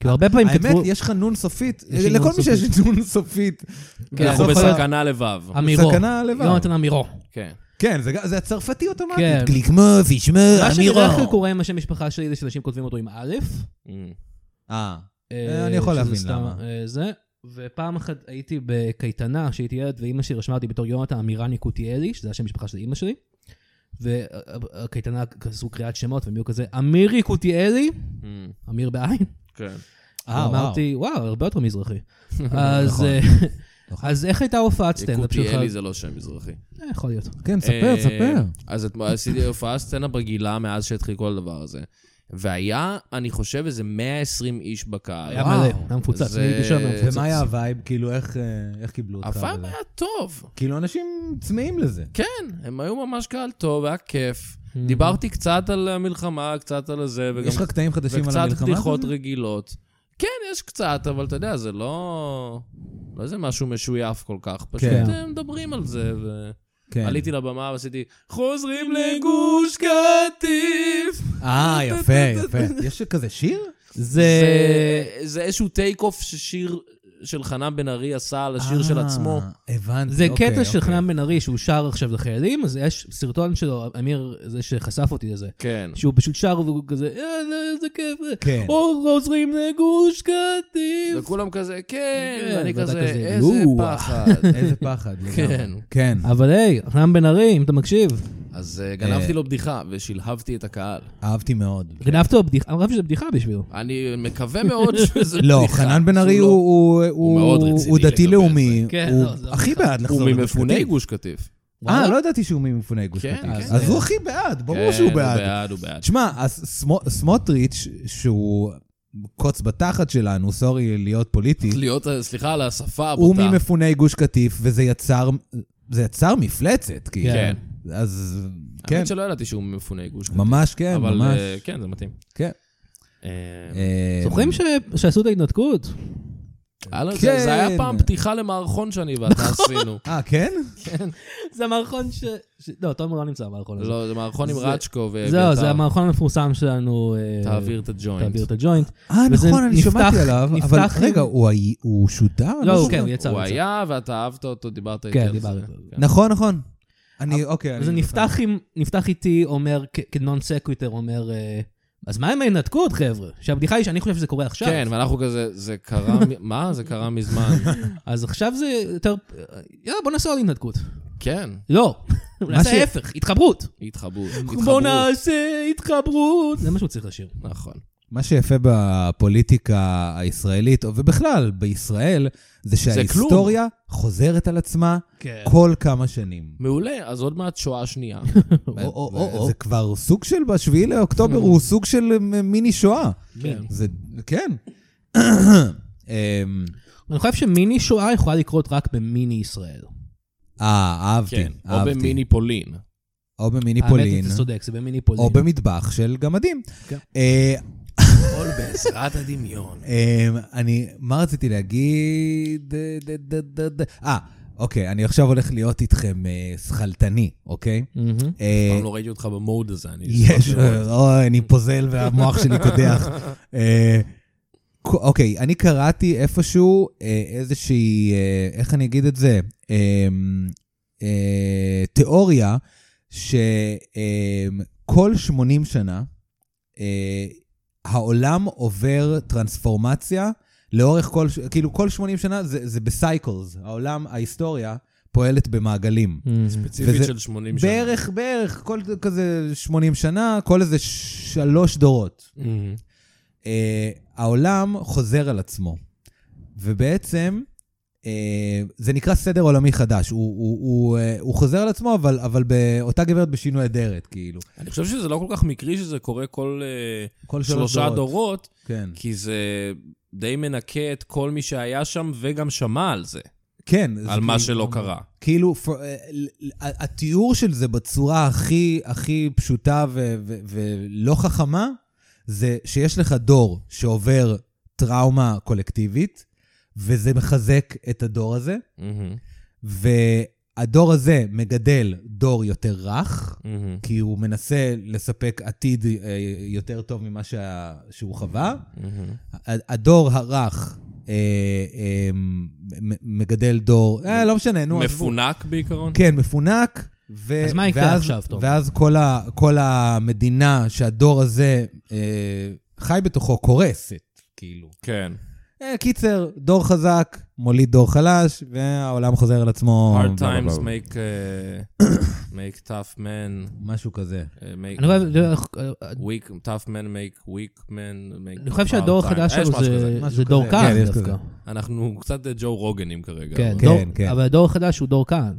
B: כאילו הרבה פעמים
C: האמת,
B: כתבו
C: יש לך נון סופית.
B: יש לי
C: לכל
B: נון
C: מי שיש נון סופית.
A: כן,
B: כן,
A: אנחנו
C: יכול להיות-
A: בסכנה לבב.
B: אמירו.
C: סכנה לבד.
B: יונתן אמירו.
A: כן.
C: כן, זה גם- זה הצרפתי אוטומטית.
B: כן.
C: גליקמו, פישמו,
B: מה שבדרך כלל
C: אמירו.
B: קורה עם השם משפחה שלי זה שאנשים כותבים אותו עם א',
A: Mm,
C: אה,
B: אה,
C: אני יכול
B: שזה
C: להבין
B: סתם,
C: למה.
B: אה, זה, ופעם אחת הייתי בקייטנה, כשהייתי ילד, ואימא שלי רשמה אותי בתור יונתן אמירן יקותיאלי, שזה השם משפחה של אימא שלי. והקייטנה עשו קריאת שמות, והם היו כזה, אמיר יקותיאלי,
A: Mm,
B: אמיר בעין.
A: כן.
C: אה, וואו.
B: אמרתי, וואו, הרבה יותר
C: [LAUGHS]
B: מזרחי. אז
C: נכון,
B: אה,
C: נכון.
B: אז איך הייתה הופעת סטנדאפ שלך?
A: יקותיאלי זה לא שם מזרחי.
B: אה, יכול להיות.
C: כן, ספר,
A: אה,
C: ספר.
A: אז אתמול עשיתי הופעה סצנה רגילה מאז שהתחיל כל הדבר הזה. והיה, אני חושב, איזה 120 איש בקהל.
B: היה
C: וואו.
B: מלא, היה מפוצץ,
A: אה, זה-
B: אני הייתי שם היה מפוצץ.
C: ומה היה הווייב? כאילו, איך אה, איך קיבלו אותך?
A: הפעם
C: וזה?
A: היה טוב.
C: כאילו, אנשים צמאים לזה.
A: כן, הם היו ממש קהל טוב, היה כיף. דיברתי קצת על המלחמה, קצת על הזה, וגם
C: Mm-hmm. יש לך קטעים חדשים על המלחמה?
A: וקצת בדיחות
C: הזאת?
A: רגילות. כן, יש קצת, אבל אתה יודע, זה לא... לא איזה משהו משויף כל כך. פשוט
C: כן.
A: אה, מדברים על זה, ו...
C: כן.
A: עליתי לבמה ועשיתי, חוזרים לגוש קטיף.
C: אה, יפה, יפה. יש כזה שיר?
B: זה...
A: זה- זה איזשהו טייק אוף ששיר של חנן בן ארי עשה על השיר של
C: אה,
A: עצמו.
C: הבנתי,
B: זה
C: אוקיי,
B: קטע של
C: אוקיי.
B: חנן בן ארי שהוא שר עכשיו לחיילים, אז יש סרטון שלו, אמיר, זה שחשף אותי לזה.
A: כן.
B: שהוא פשוט שר והוא כזה, "אה, זה- איזה כיף, זה."
C: כן.
B: או חוזרים לגוש קטיף.
A: וכולם כזה, כן,
B: כן,
A: ואני
B: ואתה
A: כזה,
B: כזה,
A: איזה
B: "יואו."
A: פחד. [LAUGHS]
C: איזה פחד, לגמרי.
A: כן.
C: כן.
B: אבל היי, חנן בן ארי, אם אתה מקשיב,
A: אז אה, גנבתי לו בדיחה ושלהבתי את הקהל.
C: אהבתי
A: [LAUGHS]
C: מאוד.
B: גנבת לו בדיחה, אני חושב שזו בדיחה בשבילו.
A: אני מקווה מאוד שזה בדיחה.
C: לא, חנן בן ארי
A: שהוא
C: הוא-
A: לא-
C: הוא-
A: מאוד
C: הוא
A: רציני
C: הוא
A: לגבי
C: דתי-לאומי.
B: זה. כן,
C: הוא
B: לא, זה לא
C: הכי בעד לחזור
A: נכון. הוא
C: לגוש
A: ממפוני
C: קטיף.
A: גוש קטיף.
C: אה, לא ידעתי שהוא ממפוני גוש
A: כן,
C: קטיף.
A: כן.
C: אז הוא הכי בעד, ברור
A: כן,
C: שהוא בעד.
A: הוא בעד, הוא בעד.
C: תשמע, אז סמו- סמוטריץ', שהוא קוץ בתחת שלנו, סורי להיות פוליטי,
A: להיות, אה, סליחה על השפה
C: הוא
A: הבוטה.
C: ממפוני גוש קטיף, וזה יצר... זה יצר מפלצת, כאילו.
A: כן.
C: אז כן,
A: האמת שלא ידעתי שהוא ממפוני גוש קטיף.
C: ממש כן,
A: אבל
C: ממש.
A: אה, כן, זה מתאים.
C: כן.
A: אה,
C: אה,
B: זוכרים ש- שעשו את ההתנתקות?
A: הלו, זה-
C: כן.
A: זה היה פעם פתיחה למערכון שאני ואתה עשינו.
C: אה, כן?
B: זה המערכון ש... ש- לא, תומר לא נמצא במערכון הזה.
A: לא, זה מערכון עם
B: זה-
A: רצ'קו
B: זהו, זה
A: ואביתר.
B: המערכון המפורסם שלנו. אה,
A: תעביר את הג'וינט.
B: תעביר את הג'וינט.
C: אה,
B: וזה
C: נכון, אני
B: נפתח-
C: שמעתי עליו, אבל
B: נפתח עם-
C: רגע, הוא היה- הוא שודר? נכון, אני
B: לא, הוא-
C: זוכר.
B: כן, הוא יצא.
A: הוא
B: יצא.
A: היה, ואתה אהבת אותו, דיברת איתי על
B: כן,
A: זה.
B: דיברנו על זה.
A: כן.
C: נכון, נכון. אני, אוקיי.
B: זה
C: אני
B: נפתח עם, נפתח איתי, אומר, כ- כנון סקוויטר, אומר, אה, אז מה עם ההתנתקות, חבר'ה? שהבדיחה היא שאני חושב שזה קורה עכשיו.
A: כן, ואנחנו כזה, זה קרה, מ- מה? זה קרה מזמן.
B: אז עכשיו זה יותר, יאללה, בוא נעשה עוד התנתקות.
A: כן,
B: לא, [LAUGHS] נעשה
C: ש-
B: ההפך, התחברות.
A: התחברות.
B: בוא
A: התחברות.
B: נעשה התחברות. זה מה שהוא צריך לשיר.
A: נכון.
C: מה שיפה בפוליטיקה הישראלית, ובכלל, בישראל, זה שההיסטוריה חוזרת על עצמה
B: כן.
C: כל כמה שנים.
A: מעולה, אז עוד מעט שואה
C: [LAUGHS]
A: שנייה. כן,
C: זה כבר סוג של, בשביעי לאוקטובר
B: [LAUGHS]
C: הוא סוג של מיני שואה.
A: כן.
C: זה, כן. אמ,
B: אני חושב שמיני שואה יכולה לקרות רק במיני ישראל.
C: אה, אהבתי,
A: כן, או
C: אהבתי.
A: במיני פולין.
C: או במיני
B: האמת,
C: פולין,
B: אתה צודק, זה במיני פולין.
C: או במטבח של גמדים.
B: כן.
C: אה,
A: הכל בעזרת הדמיון.
C: אמ, אני, מה רציתי להגיד? אה, ד- ד- ד- ד- אה, אוקיי, אני עכשיו הולך להיות איתכם אה, שכלתני, אוקיי?
B: מהמם.
C: אה,
A: פעם לא ראיתי אותך במוד הזה, אני... אשמח
C: יש,
A: לראות.
C: אוי, אני פוזל והמוח שלי
A: [LAUGHS]
C: קודח. אה, ק- אוקיי, אני קראתי איפשהו אה, איזושהי, אה, איך אני אגיד את זה? אמ, אה, תיאוריה שכל 80 שנה אה, העולם עובר טרנספורמציה לאורך כל, ש- כאילו כל 80 שנה זה זה בסייקלס, העולם, ההיסטוריה פועלת במעגלים.
A: ספציפית
C: וזה-
A: של 80 שנה.
C: בערך, בערך, כל כזה 80 שנה, כל איזה שלוש דורות.
A: מהמם.
C: אה, העולם חוזר על עצמו, ובעצם אה, זה נקרא סדר עולמי חדש. הוא, הוא, הוא, אה, הוא חוזר על עצמו, אבל, אבל באותה גברת בשינוי אדרת, כאילו.
A: אני חושב שזה לא כל כך מקרי שזה קורה כל אה,
C: כל שלוש
A: שלושה
C: דורות.
A: דורות,
C: כן.
A: כי זה די מנקה את כל מי שהיה שם וגם שמע על זה,
C: כן. זה
A: על מה
C: כאילו-
A: שלא קרה.
C: כאילו, for, אה, ל- ל- התיאור של זה בצורה הכי, הכי פשוטה ו, ו, ולא חכמה, זה שיש לך דור שעובר טראומה קולקטיבית, וזה מחזק את הדור הזה,
A: מהמם,
C: והדור הזה מגדל דור יותר רך,
A: מהמם,
C: כי הוא מנסה לספק עתיד אה, יותר טוב ממה שה, שהוא חווה.
A: מהמם.
C: ה- הדור הרך אה, אה, מ- מגדל דור, אה, לא משנה, נו, עזבו.
A: מפונק בעיקרון?
C: כן, מפונק. ו-
B: אז מה יקרה
C: ואז-
B: עכשיו, תומר?
C: ואז כל, ה, כל המדינה שהדור הזה אה, חי בתוכו קורסת, כאילו.
A: כן.
C: אה, קיצר, דור חזק מוליד דור חלש, והעולם חוזר על עצמו.
A: hard
C: בלה, בלה,
A: times
C: בלה.
A: make, uh, make tough men,
C: משהו כזה.
A: uh, make
B: אני חושב- לא,
A: weak, tough men make weak men, make
B: אני חושב
A: hard
B: שהדור
A: times.
B: החדש
A: אה, יש
B: שלו
A: משהו כזה.
B: זה-
C: משהו
B: זה דור
C: כזה. כן,
B: כהן
C: יש
B: דווקא.
C: כזה.
A: אנחנו קצת אה, ג'ו רוגנים כרגע.
B: כן,
A: אבל-
C: כן,
B: דור-
C: כן.
B: אבל הדור החדש הוא דור כהן,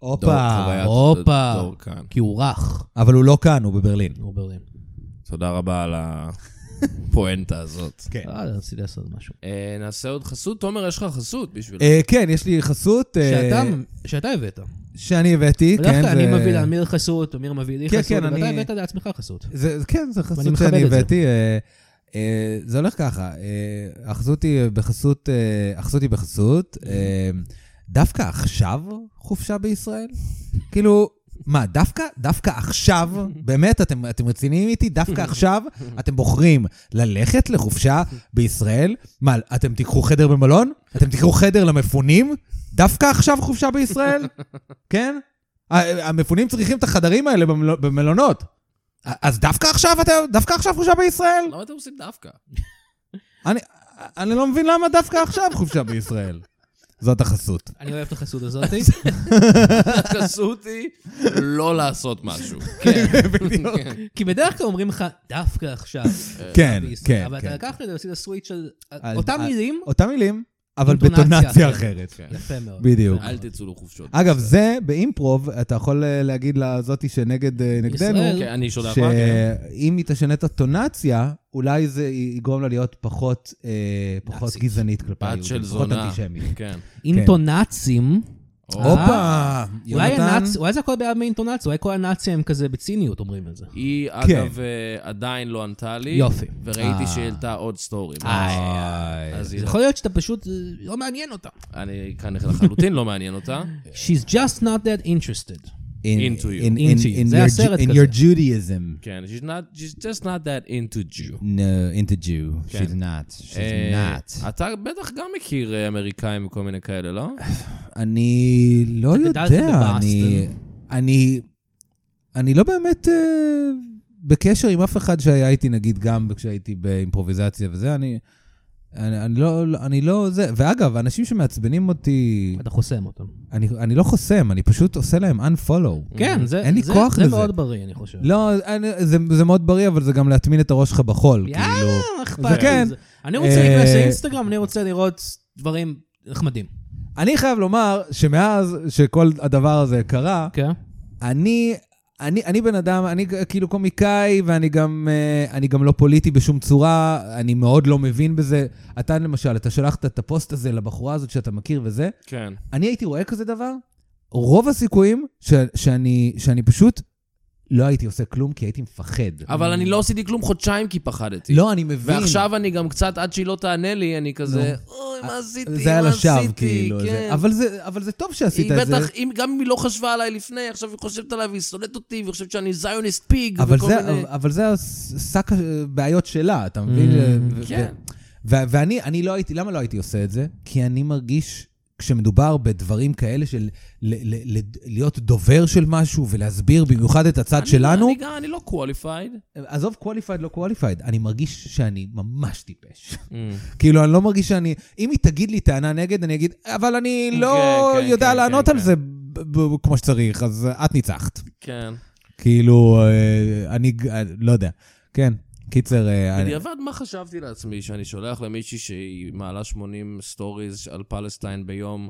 A: דור-
C: הופה.
A: חוויית
B: הופה.
A: דור כאן.
B: כי הוא רך,
C: אבל הוא לא כאן, הוא בברלין.
B: הוא ברלין.
A: תודה רבה על הפואנטה [LAUGHS] הזאת.
C: כן.
B: אה, רציתי לעשות משהו.
A: אה, נעשה עוד חסות. תומר, יש לך חסות בשביל...
C: אה, כן, יש לי חסות אה,
B: שאתה- שאתה הבאת.
C: שאני הבאתי, כן.
B: בדרך כלל אני
C: זה-
B: מביא לאמיר חסות, אמיר מביא לי
C: כן,
B: חסות,
C: כן,
B: ואתה
C: אני-
B: הבאת לעצמך חסות.
C: זה, זה- כן, זו
B: ואני
C: חסות
B: מכבד
C: שאני
B: את זה.
C: הבאתי. אה, אה, זה הולך ככה, אה, החסות היא בחסות, אה, החסות היא בחסות.
B: Mm-hmm.
C: אה, דווקא עכשיו חופשה בישראל? כאילו, מה, דווקא, דווקא
B: [LAUGHS]
C: עכשיו, באמת, אתם, אתם רציניים איתי? דווקא עכשיו אתם בוחרים ללכת לחופשה בישראל? מה, אתם תיקחו חדר במלון? אתם תיקחו חדר למפונים? דווקא עכשיו חופשה
B: [LAUGHS]
C: בישראל? כן? ה- המפונים צריכים את החדרים האלה במל- במלונות. אז דווקא עכשיו אתה, דווקא עכשיו חופשה בישראל?
A: למה אתם עושים דווקא?
C: אני, אני לא מבין למה דווקא עכשיו חופשה בישראל. זאת החסות.
B: אני אוהב את החסות הזאת.
C: [LAUGHS]
A: החסות היא לא לעשות
B: [LAUGHS]
A: משהו. כן.
C: בדיוק.
A: כן.
B: כי בדרך כלל אומרים לך, דווקא
C: [LAUGHS]
B: עכשיו.
C: כן,
B: אה, בישראל".
C: כן,
B: אבל אתה
C: כן.
B: לקחת את זה ועשית סוויץ' של אה,
C: על-
B: אותם
C: על-
B: מילים,
C: אותם מילים, אבל
B: אינטונציה כן.
C: בטונציה
B: אחרת.
C: אחרת.
B: יפה מאוד.
C: אוקיי. בדיוק.
A: אל תצאו לחופשות.
C: אגב, זה באימפרוב, אתה יכול אה, להגיד לזאתי שנגד, אה, נגדנו,
B: ישראל.
A: כן, אני שולח מה?
B: אה,
A: כן.
C: שאם היא תשנה את הטונציה, אולי זה יגרום לה להיות פחות, אה, פחות
B: נאצית.
C: גזענית כלפי
A: בת
C: היהודים,
A: של
C: פחות
A: זונה.
C: אנטישמית.
A: כן.
B: אינטונאצים.
C: הופה,
B: אולי
C: יונתן.
B: הנאצ- אולי זה הכל בעיה באינטונציה, אולי כל הנאצים הם כזה בציניות אומרים את זה.
A: היא,
C: כן.
A: אגב, אה, עדיין לא ענתה לי.
B: יופי.
A: וראיתי
B: אה.
A: שהיא העלתה עוד סטורים.
C: אה. איי.
A: אז היא-
B: יכול להיות שאתה פשוט, אה, לא מעניין אותם.
A: אני כאן לחלוטין לא מעניין
C: [LAUGHS]
A: אותה.
B: She's just not that interested.
C: In-
A: Into you.
C: in-
B: Into
C: in-
B: you.
C: in
B: זה
C: your
B: הסרט
C: Ju- In
B: כזה.
C: your Judaism.
A: כן, she's not- she's just not that into Jew.
C: No, into Jew.
A: כן.
C: She's not. She's
A: אה,
C: not.
A: אתה בטח גם מכיר אה, אמריקאים וכל מיני כאלה,
C: [LAUGHS]
A: לא?
C: אני לא
B: אתה גדלת
C: יודע, אני...
B: בבאסטון.
C: אני... אני לא באמת אה, בקשר עם אף אחד שהיה איתי, נגיד, גם כשהייתי באימפרוביזציה וזה, אני... אני, אני, לא, אני לא זה, ואגב, אנשים שמעצבנים אותי,
B: אתה חוסם אותם.
C: אני, אני לא חוסם, אני פשוט עושה להם unfollow.
B: כן, זה
C: אין לי
B: זה-
C: כוח
B: זה
C: לזה.
B: מאוד בריא, אני חושב.
C: לא, אני, זה, זה מאוד בריא, אבל זה גם להטמין את הראש שלך בחול,
B: יאללה,
C: כאילו.
B: מה אכפת
C: זה
B: לי?
C: כן.
B: זה- אני רוצה
C: אה,
B: להיכנס לאינסטגרם, אני רוצה לראות דברים נחמדים.
C: אני חייב לומר שמאז שכל הדבר הזה קרה,
B: כן?
C: אני, אני, אני בן אדם, אני ג- כאילו קומיקאי, ואני גם, אה, אני גם לא פוליטי בשום צורה, אני מאוד לא מבין בזה. אתה למשל, אתה שלחת את הפוסט הזה לבחורה הזאת שאתה מכיר וזה,
A: כן.
C: אני הייתי רואה כזה דבר, רוב הסיכויים ש, שאני, שאני פשוט לא הייתי עושה כלום, כי הייתי מפחד.
A: אבל אני לא עשיתי כלום חודשיים כי
C: [LAUGHS]
A: פחדתי.
C: לא, אני מבין.
A: ועכשיו אני גם קצת, עד שהיא לא תענה לי, אני כזה, אוי, מה עשיתי, מה עשיתי,
C: אה, זה היה לשווא, כאילו.
A: כן.
C: זה, אבל, זה, אבל זה טוב שעשית
A: היא
C: את זה.
A: בטח, אם, גם אם היא לא חשבה עליי לפני, עכשיו היא חושבת עליי והיא שונאת אותי, והיא חושבת שאני זיוניסט פיג,
C: אבל
A: וכל
C: זה,
A: מיני...
C: אבל זה השק הבעיות שלה, אתה מבין? ו- ו-
A: כן.
C: ו- ואני אני לא הייתי, למה לא הייתי עושה את זה? כי אני מרגיש, כשמדובר בדברים כאלה של ל- ל- ל- להיות דובר של משהו ולהסביר במיוחד את הצד
A: אני-
C: שלנו,
A: אני, גם- אני לא qualified.
C: עזוב qualified, לא qualified, אני מרגיש שאני ממש טיפש. [LAUGHS] כאילו, אני לא מרגיש שאני... אם היא תגיד לי טענה נגד, אני אגיד, אבל אני לא
A: כן, כן,
C: יודע
A: כן,
C: לענות
A: כן,
C: על
A: כן."
C: זה ב- ב- כמו שצריך, אז אה, את ניצחת.
A: כן.
C: כאילו, אה, אני ג- אה, לא יודע. כן, קיצר, אה, אני-
A: בדיעבד, מה חשבתי לעצמי? שאני שולח למישהי שהיא מעלה 80 סטוריז על פלסטיין ביום,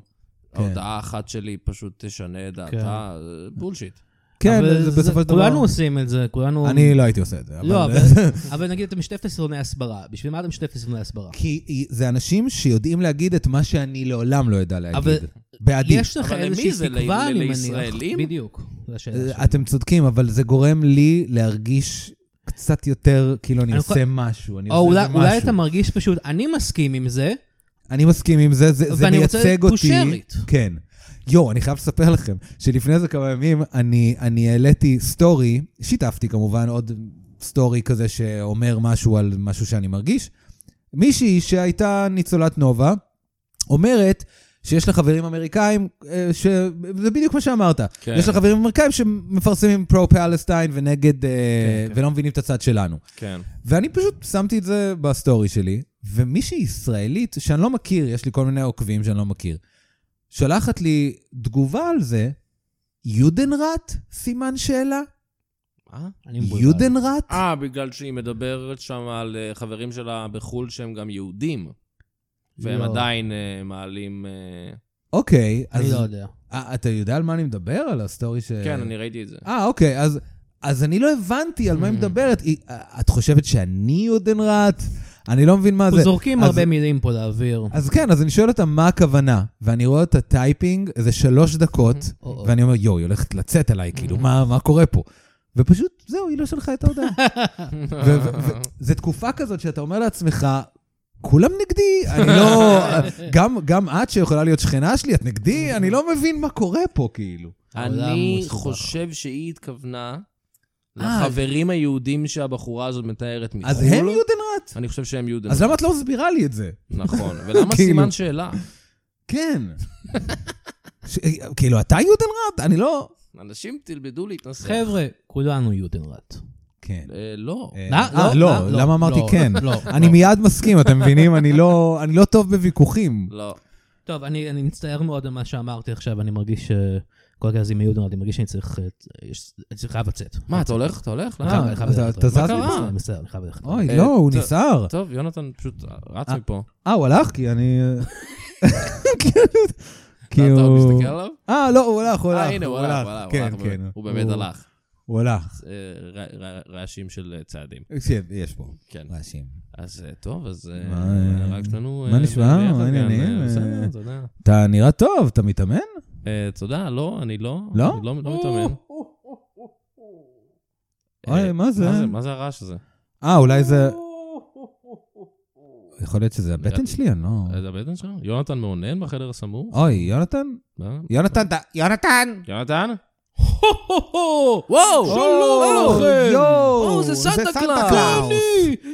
C: כן.
A: ההודעה האחת שלי פשוט תשנה את דעתה? זה בולשיט.
C: כן,
B: אבל
C: זה בסופו של דבר.
B: כולנו עושים את זה, כולנו...
C: אני לא הייתי עושה את זה. אבל-
B: לא, אבל-
C: [LAUGHS]
B: אבל נגיד אתה משתף לסרטוני הסברה. בשביל מה אתה משתף לסרטוני הסברה?
C: כי היא- זה אנשים שיודעים להגיד את מה שאני לעולם לא יודע
B: אבל
C: להגיד. בעדי.
B: יש לך
A: אבל למי
B: איזושהי
A: זה? ל-
B: תקווה,
A: ל-
B: אני מניח.
A: לישראלים?
B: בדיוק, זו השאלה
C: אה,
B: שלי.
C: אתם צודקים, אבל זה גורם לי להרגיש קצת יותר, כאילו אני
B: אני
C: עושה משהו, אני
B: או
C: עושה
B: אולי-
C: איזה
B: אולי אתה
C: משהו.
B: מרגיש פשוט, אני מסכים עם זה,
C: אני מסכים עם זה, זה זה
B: ואני רוצה
C: מייצג אותי.
B: פושרית.
C: כן. יואו, אני חייב לספר לכם, שלפני איזה כמה ימים אני אני העליתי סטורי, שיתפתי כמובן עוד סטורי כזה שאומר משהו על משהו שאני מרגיש. מישהי שהייתה ניצולת נובה, אומרת שיש לה חברים אמריקאים, אה, ש... זה בדיוק מה שאמרת.
A: כן.
C: יש לה חברים אמריקאים שמפרסמים פרו-פלסטיין ונגד, אה,
B: כן.
C: ולא מבינים את הצד שלנו.
A: כן.
C: ואני פשוט שמתי את זה בסטורי שלי, ומישהי ישראלית, שאני לא מכיר, יש לי כל מיני עוקבים שאני לא מכיר, שולחת לי תגובה על זה, יודנרט? סימן שאלה?
A: מה?
B: אני מבולבל.
C: יודנרט?
A: אה, בגלל שהיא מדברת שם על אה, חברים שלה בחו"ל שהם גם יהודים, והם
B: לא.
A: עדיין אה, מעלים... אה,
C: אוקיי, אז
B: אני לא יודע.
C: אה, אתה יודע על מה אני מדבר? על הסטורי ש...
A: כן, אני ראיתי את זה.
C: אה, אוקיי, אז... אז אני לא הבנתי על מה
B: Mm-hmm.
C: היא מדברת. היא- אה, את חושבת שאני יודנרט? אני לא מבין מה זה.
B: אנחנו זורקים
C: אז-
B: הרבה מילים פה לאוויר.
C: אז כן, אז אני שואל אותה מה הכוונה, ואני רואה אותה טייפינג איזה שלוש דקות,
B: או-או.
C: ואני אומר, יואו, היא הולכת לצאת עליי, כאילו, מה מה קורה פה? ופשוט, זהו, היא לא שלחה את ההודעה. זו תקופה כזאת שאתה אומר לעצמך, כולם נגדי, אני לא... גם- גם את שיכולה להיות שכנה שלי, את נגדי, אני לא מבין מה קורה פה, כאילו.
B: העולם
A: אני
B: מסובך.
A: חושב שהיא התכוונה
C: אה.
A: לחברים היהודים שהבחורה הזאת מתארת מחו"ל.
C: אז הם יודנראט?
A: אני חושב שהם יהודים.
C: אז למה את לא מסבירה לי את זה?
A: נכון. ולמה
C: כאילו.
A: סימן שאלה?
C: כן. ש- כאילו, אתה יודנראט? אני לא...
A: אנשים תלמדו להתנסח.
B: חבר'ה, כולנו יודנראט.
C: כן.
A: אה, לא.
B: מה?
C: אה,
B: לא,
C: לא,
B: מה? לא,
C: למה אמרתי
B: לא,
C: כן?
B: לא,
C: אני מיד מסכים, אתם מבינים? אני לא אני לא טוב בוויכוחים.
A: לא.
B: טוב, אני, אני מצטער מאוד על מה שאמרתי עכשיו, אני מרגיש אה, שכל הכלל זה מיודון, אני מרגיש שאני צריך, אה, יש- אני צריך חייב לצאת.
A: מה, אתה הולך? אתה הולך?
C: אה.
B: אני
A: לאן?
B: חייב- אני חייב
C: אז
B: ללכת.
C: אתה זז
B: מה קרה?
A: מפה?
B: אני מצטער, אני חייב ללכת.
C: אוי,
A: אה,
C: לא, הוא
A: ת-
C: נסער.
A: טוב, יונתן פשוט רץ
C: אה,
A: מפה.
C: אה, [LAUGHS] הוא הלך? כי אני... כי
A: אתה עוד
C: הוא...
A: מסתכל עליו?
C: אה, לא, הוא הלך, כאילו- הוא הלך.
A: אה, הנה, הוא הלך, הוא הלך, הוא
C: כן,
A: הלך, הוא
C: כן.
A: באמת- הוא באמת הלך.
C: הוא הלך.
A: אה, ר- ר- רעשים של אה, צעדים,
C: כן, יש פה
A: כן.
C: רעשים.
A: אז אה, טוב, אז אה,
C: מה,
A: רק אה, שלנו...
C: מה נשמע? מה העניינים?
A: בסדר,
C: אה,
A: תודה.
C: אתה נראה טוב, אתה מתאמן?
A: אה, תודה, לא, אני לא.
C: לא?
A: אני לא לא מתאמן.
C: אוי,
A: אה,
C: מה זה?
A: מה זה הרעש הזה?
C: אה, אולי זה... יכול להיות שזה הבטן שלי, אני
A: אה,
C: לא...
A: זה הבטן שלך? יונתן מאונן בחדר הסמור?
C: אוי, יונתן?
A: מה?
C: יונתן, אתה... יונתן!
A: יונתן? וואו!
C: שלום
A: או,
C: לכם!
A: לא, זה סנטה קלאוס!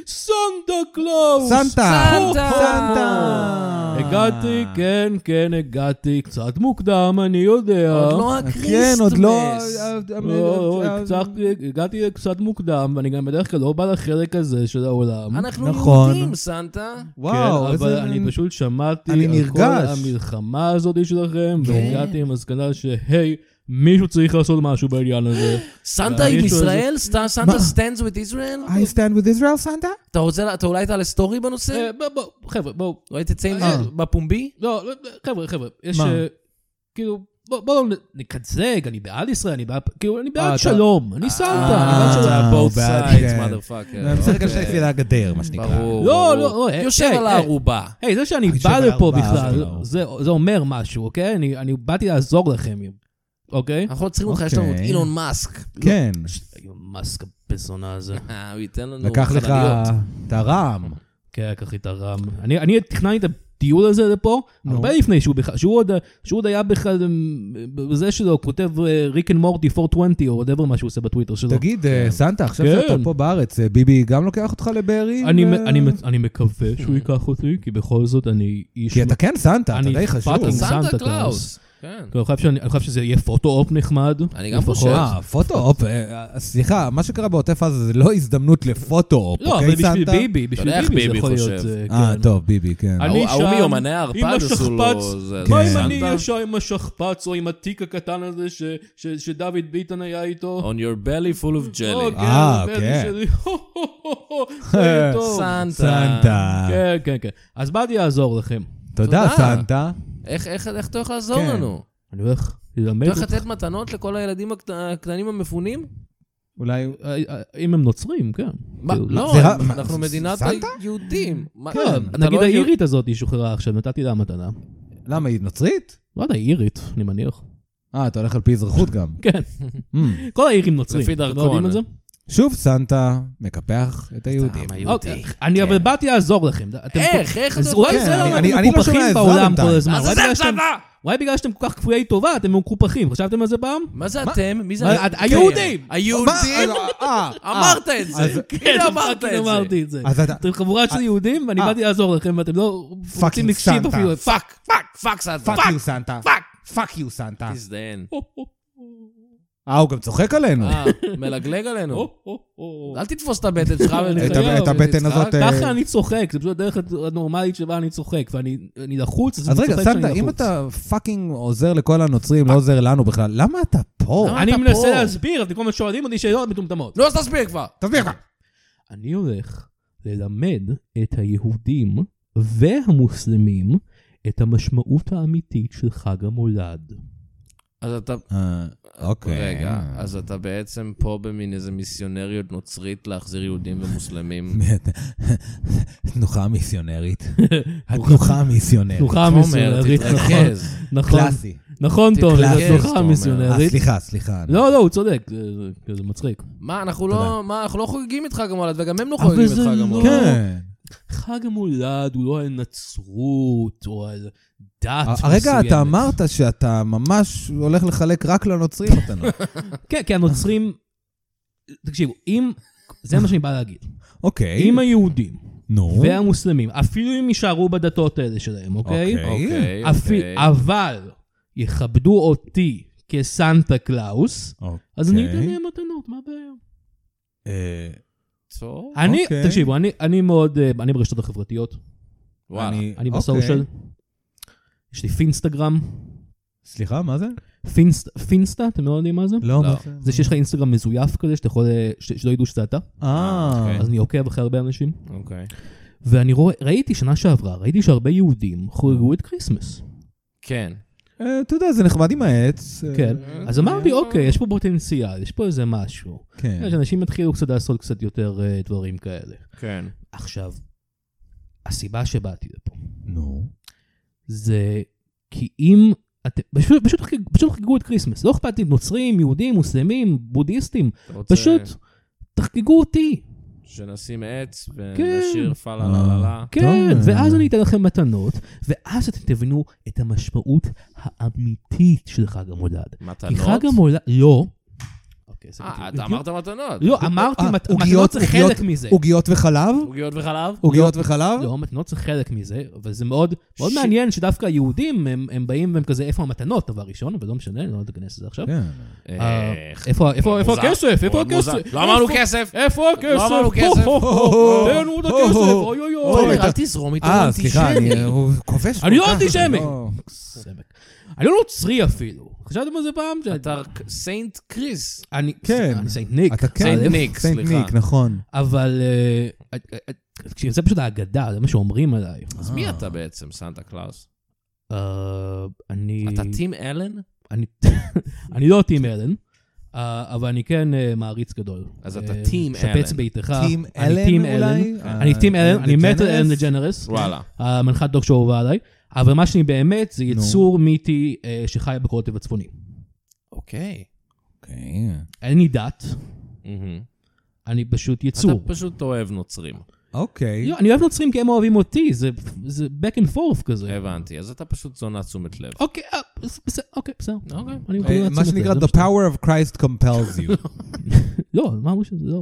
A: סנטה קלאוס!
C: סנטה!
A: סנטה!
B: הגעתי, כן, כן, הגעתי, קצת מוקדם, אני יודע.
A: עוד לא
C: כן, עוד לא...
A: הקריסטמס.
B: לא, קצת- הגעתי קצת מוקדם, ואני גם בדרך כלל לא בא לחלק הזה של העולם.
A: אנחנו
C: נכון.
A: יהודים, סנטה.
C: וואו,
B: כן,
C: איזה...
B: אבל אני פשוט שמעתי
C: אני
B: על כל
C: נרגש.
B: המלחמה הזאת שלכם,
A: כן.
B: והגעתי למסקנה שהי, מישהו צריך לעשות משהו בעניין
C: [LAUGHS]
B: הזה.
A: סנטה
C: אה,
B: והמישהו
A: עם
B: הזה-
A: ישראל? סט- סנטה
C: מה? אה,
A: stands with Israel?
C: I stand with Israel, סנטה?
A: אתה רוצה, אתה אולי תעלה סטורי בנושא?
B: אה, בוא- בוא, חבר'ה, בואו,
A: אולי תצא עם
B: אה.
A: זה בפומבי?
B: לא, לא, לא, חבר'ה, חבר'ה, יש...
C: מה?
B: אה, כאילו, בוא- בואו נקצג, אני בעד ישראל, אני בעד... כאילו, אני
C: אה, אתה-
B: בעד שלום, אני סנטה, אני
C: אה,
B: בעד שלום.
C: הוא
A: לא both
C: בעד,
A: sides,
C: כן.
A: motherfucker.
C: אני משחק על
A: אוקיי.
C: שתי הגדר, מה שנקרא.
A: ברור.
B: לא,
A: ברור.
B: לא, לא, אה,
A: יושב
B: אה,
A: על
B: אה.
A: הערובה.
B: היי, זה שאני
C: אני
B: בא
C: שווה
B: לפה
C: ארבעה,
B: בכלל,
C: אבל לא.
B: זה זה אומר משהו, אוקיי? אני אני באתי לעזור לכם, אוקיי?
A: אנחנו עוצרים אותך, יש לנו את
C: אוקיי.
A: אילון מאסק. לא,
C: כן,
B: מאסק הבזונה
C: [LAUGHS]
B: הזה.
A: אה, הוא ייתן לנו
C: לקח לך
A: חלליות.
C: את הרעם.
B: כן, קח לי את הרם. אני, אני תכננתי את הטיול הזה לפה,
C: נו.
B: הרבה לפני שהוא בכלל, שהוא עוד, שהוא עוד היה בכלל, אמ, בזה שלו, הוא כותב אה, ריק אנד מורטי 420 או whatever מה שהוא עושה בטוויטר שלו.
C: תגיד, אה, סנטה, עכשיו
B: כן.
C: שאתה פה בארץ, אה, ביבי גם לוקח אותך לבארי?
B: אני, מ-
C: ו-
B: אני, מ- אני מקווה שהוא ייקח אותי, כי בכל זאת אני איש...
C: כי אתה כן סנטה, אתה
B: אני
C: די חשוב.
B: פאקינג
C: אה,
A: סנטה
B: סנטה
A: קלאוס.
B: קלאוס.
A: כן.
B: אני חושב, שאני, אני חושב שזה יהיה פוטו-אופ נחמד.
A: אני גם
B: לפחות.
A: חושב.
C: אה, פוטו-אופ, אה, אה, סליחה, מה שקרה בעוטף עזה זה לא הזדמנות לפוטו-אופ,
B: לא,
C: אוקיי,
B: אבל
C: סנטה?
B: בשביל ביבי, בשביל
A: יודע איך
B: ביבי זה
A: ביבי
B: יכול
A: חושב.
B: להיות... אה,
C: אה,
B: כן.
C: טוב, ביבי, כן.
B: אני
A: ההוא- ההוא
B: שם,
A: מיומני הערפד
B: עם
A: עשו לו...
B: השכפ"ץ.
A: זה-
C: מה
B: מה
A: זה
B: אם אני
A: סנטה?
B: אהיה שם עם השכפ"ץ או עם התיק הקטן הזה ש- ש- שדוד ביטן היה איתו?
A: On your belly full of jelly.
C: אה,
B: כן,
C: כן.
B: שלי. [LAUGHS] זה טוב.
C: סנטה.
B: כן, כן, כן. אז באתי לעזור לכם.
C: תודה,
A: תודה.
C: סנטה.
A: איך- איך איך אתה הולך לעזור
C: כן.
A: לנו?
B: אני הולך ללמד
A: אתה הולך
B: אותך.
A: לתת מתנות לכל הילדים הקט- הקטנים המפונים?
C: אולי...
B: אה, אה, אם הם נוצרים, כן.
A: מה,
B: כאילו,
A: לא,
C: זה רע-
A: אנחנו
C: מה,
A: מדינת
C: סנטה?
A: היהודים. מה,
B: כן,
A: אתה לא
B: נגיד
A: יודע-
B: האירית הזאת היא שוחררה עכשיו, נתתי לה מתנה.
C: למה, היא נוצרית?
B: לא יודע, היא אירית, אני מניח.
C: אה, אתה הולך על פי אזרחות גם.
B: כן,
C: Hmm.
B: כל האירים נוצרים.
A: לפי
B: אתם לא
A: דרכון.
B: יודעים את זה?
C: שוב סנטה מקפח את היהודים.
A: העם היהודי.
B: אוקיי, אני אבל באתי לעזור לכם. אתם-
A: כן. איך? איך
B: אז
A: אתה-
B: אולי
C: כן,
B: זה
C: אני-
B: למה
C: אני-
B: אתם
C: אני לא
B: מקופחים
C: שומע עזרה
B: בעולם
C: בינתיים.
B: כל הזמן.
A: אז
B: אולי
A: זה
B: בגלל שאתם-
A: הצבא!
B: אולי בגלל שאתם כל כך כפויי טובה, אתם מקופחים. חשבתם על זה פעם?
A: מה זה אתם? מי זה
B: מה,
A: אתם?
B: היהודים!
A: היהודים?
C: מה? אה, אה,
A: אמרת את זה.
C: אז-
A: כן, אמרת את
B: פאקינג
A: זה.
B: אמרתי את זה.
C: אז אתה-
B: אתם חבורה של יהודים, ואני
C: אה.
B: באתי לעזור לכם, ואתם לא רוצים לקשיב
C: סנטה.
B: אפילו. פאק.
A: פאק, פאק, פאק, סעד, פאק,
C: פאק יו סנטה. פאק יו סנטה.
A: תזדיין.
C: אה, הוא גם צוחק עלינו.
A: אה, מלגלג עלינו. אל תתפוס את הבטן שלך
B: אני
A: ונראה.
B: אוקיי. את ה-
C: את הבטן הזאת, אה,
B: ככה אני צוחק, זה פשוט הדרך הנורמלית שבה אני צוחק, ואני אני לחוץ, אז
C: אז
B: אני
C: רגע,
B: צוחק שאני לחוץ.
C: סנטה, אם אתה פאקינג עוזר לכל הנוצרים, לא עוזר לנו בכלל, למה אתה פה?
A: למה?
B: אני
A: אתה
B: מנסה
A: פה?
B: להסביר, אתם כל הזמן שואלים אותי שאלות מטומטמות.
A: נו, אז תסביר כבר.
C: תסביר לך.
B: אני הולך ללמד את היהודים והמוסלמים את המשמעות האמיתית של חג [LAUGHS] המולד.
A: אז אתה...
C: אה, אוקיי.
A: רגע, אז אתה בעצם פה במין איזה מיסיונריות נוצרית להחזיר יהודים ומוסלמים.
C: [LAUGHS]
B: [LAUGHS]
C: תנוחה מיסיונרית. התנוחה המיסיונרית.
B: תנוחה
A: תומר,
B: מיסיונרית, נכון,
A: תתרכז.
B: נכון,
C: קלאסי.
B: נכון, תומר,
C: תתרכז,
B: זו תנוחה
A: תומר.
C: אה,
B: מיסיונרית.
C: סליחה, סליחה.
B: לא, לא, הוא צודק, זה- זה- זה- זה מצחיק.
A: מה, אנחנו לא...
C: תודה.
A: מה, אנחנו לא חוגגים את חג המולד, וגם הם לא
B: אבל
A: חוגגים
B: זה
A: את חג
B: לא-
A: המולד.
C: כן.
B: חג המולד הוא לא על נצרות או על דת מסוימת.
C: הרגע אתה אמרת שאתה ממש הולך לחלק רק לנוצרים
B: [LAUGHS]
C: אותנו.
B: כן, כי הנוצרים... תקשיבו, אם... זה מה שאני בא להגיד.
C: אוקיי.
B: אם היהודים
C: נו.
B: והמוסלמים, אפילו אם יישארו בדתות האלה שלהם, אוקיי?
A: אוקיי,
B: אפילו,
A: אוקיי.
B: אבל יכבדו אותי כסנטה קלאוס, אז אני אתן להם מתנות, מה הבעיה?
C: אה,
A: טוב.
B: אני,
C: אוקיי.
B: תקשיבו, אני- אני מאוד, אה, אני ברשתות החברתיות,
A: וואלה.
B: אני
C: אוקיי.
B: בסושיאל. יש לי פינסטגרם.
C: סליחה, מה זה?
B: פינסט, פינסטה, אתם לא יודעים מה זה?
C: לא,
A: לא.
C: מה זה?
B: זה שיש לך אינסטגרם מזויף כזה, שאתה יכול, אה, ש- שלא ידעו שזה אתה.
C: אה,
A: אוקיי.
B: אז אני עוקב אחרי הרבה אנשים.
A: אוקיי.
B: ואני רואה, ראיתי שנה שעברה, ראיתי שהרבה יהודים חוגגו את כריסמס.
A: כן.
C: אה, אתה יודע, זה נחמד עם העץ. אה,
B: כן. אז אמרתי, אוקיי, יש פה פוטנציאל, יש פה איזה משהו.
C: כן.
B: אנשים התחילו קצת לעשות קצת יותר אה, דברים כאלה.
A: כן.
B: עכשיו, הסיבה שבאתי לפה
C: נו.
B: זה כי אם אתם, פשוט, פשוט, חגג- פשוט חגגו את כריסמס, לא אכפת לי נוצרים, יהודים, מוסלמים, בודהיסטים,
A: אתה רוצה
B: פשוט תחגגו אותי,
A: שנשים עץ
B: כן.
A: ונשיר פאלה לה לה לה.
B: כן,
C: טוב.
B: ואז אני אתן לכם מתנות, ואז אתם תבינו את המשמעות האמיתית של חג המולד. כי חג
A: מתנות?
B: המולד, לא. אוקיי, זה
A: אה,
B: בדיוק-
A: אתה אמרת מתנות.
B: לא, אמרתי,
C: אה,
B: מת-
C: עוגיות-
B: מתנות זה
C: עוגיות-
B: חלק מזה.
C: עוגיות וחלב?
A: עוגיות וחלב?
C: עוגיות וחלב?
B: לא, מתנות זה חלק מזה, אבל זה מאוד, מאוד
A: ש-
B: מעניין שדווקא היהודים, הם, הם באים והם כזה, איפה המתנות, דבר ראשון, אבל לא משנה, אני לא אכנס לזה עכשיו.
C: כן.
B: אה,
A: איך.
B: איפה, איפה, איפה
A: מוזר.
B: הכסף? איפה
A: מאוד מוזר.
B: הכסף?
A: לא אמרנו
B: איפה-
A: כסף.
B: איפה הכסף?
A: לא אמרנו
B: הו,
A: כסף.
B: הו, הו,
C: הו,
B: תנו את
C: הו,
B: הכסף,
C: הו.
B: אוי אוי
A: תומר,
B: אוי.
C: הייתה-
A: אל תזרום איתו, הוא
C: אה, סליחה,
A: אנטישמי.
C: אני הוא כובש.
B: אני
C: כל
B: לא
C: כך,
B: אנטישמי.
C: לא-
B: סמק. אני לא נוצרי אפילו. חשבתם על זה פעם?
A: אתה סיינט קריס.
B: אני
C: כן.
B: אני סנט ניק.
C: אתה כן.
A: סיינט
B: א',
A: ניק,
C: סיינט
A: סליחה.
C: ניק, נכון.
B: אבל... אה, אה, אה, תקשיב, זה פשוט האגדה, זה מה שאומרים עליי.
A: אז
C: אה.
A: מי אתה בעצם, סנטה קלאוס?
B: אה, אני...
A: אתה טים אלן?
B: אני- אני לא טים אלן, אה, אבל אני כן אה, מעריץ גדול.
A: אז אתה
B: אה,
A: טים
B: שפץ
A: אלן.
B: ביתך.
C: טים
B: אני
C: אלן אולי? אה,
B: אני טים אלן, אני מת על
C: DeGeneres?
B: אלן דג'נרס.
A: וואלה.
B: אה, המנחת דוק שאהובה עליי. אבל מה שאני באמת, זה יצור מיתי אה, שחי בקוטב הצפוני.
A: אוקיי.
C: אוקיי.
B: אין לי דת,
A: מהמם.
B: אני פשוט יצור.
A: אתה פשוט אוהב נוצרים.
C: אוקיי.
B: לא, אני אוהב נוצרים כי הם אוהבים אותי, זה זה back and forth כזה.
A: הבנתי, אז אתה פשוט זונה תשומת לב.
B: אוקיי, אה, בס- בס- אוקיי, בסדר.
A: אוקיי.
B: אני
C: אה,
B: יכול לעצום
C: מה
B: את זה,
C: שנקרא,
B: זה
C: The
B: משנה.
C: power of Christ compels you.
B: לא, מה אמרו שזה לא.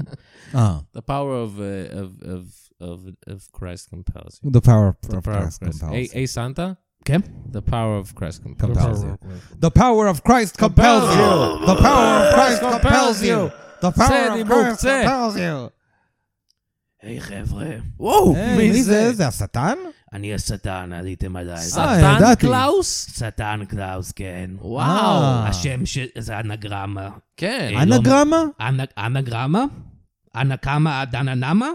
C: אה,
A: The power of, uh, of, of, of, of Christ compels you.
C: The power of
A: The
C: of
A: power of Christ.
C: Christ compels
A: היי
C: you.
A: היי, סנטה?
B: כן?
A: The power of Christ compels
C: Compels
A: you.
C: The power of Christ compels you. The power of Christ compels you. The power
A: צא,
C: of
A: דיבוק,
C: Christ
A: צא.
C: compels you.
B: היי חבר'ה,
A: וואו,
C: היי, מי זה? זה השטן?
B: אני השטן, עליתם עליי.
C: אה,
A: סטן
C: ידעתי.
A: קלאוס?
B: שטן קלאוס, כן.
A: וואו.
C: אה.
B: ש... זה אנגרמה.
A: כן.
B: אה,
C: אנגרמה?
B: אנ- אנגרמה? אנקמה אדננמה?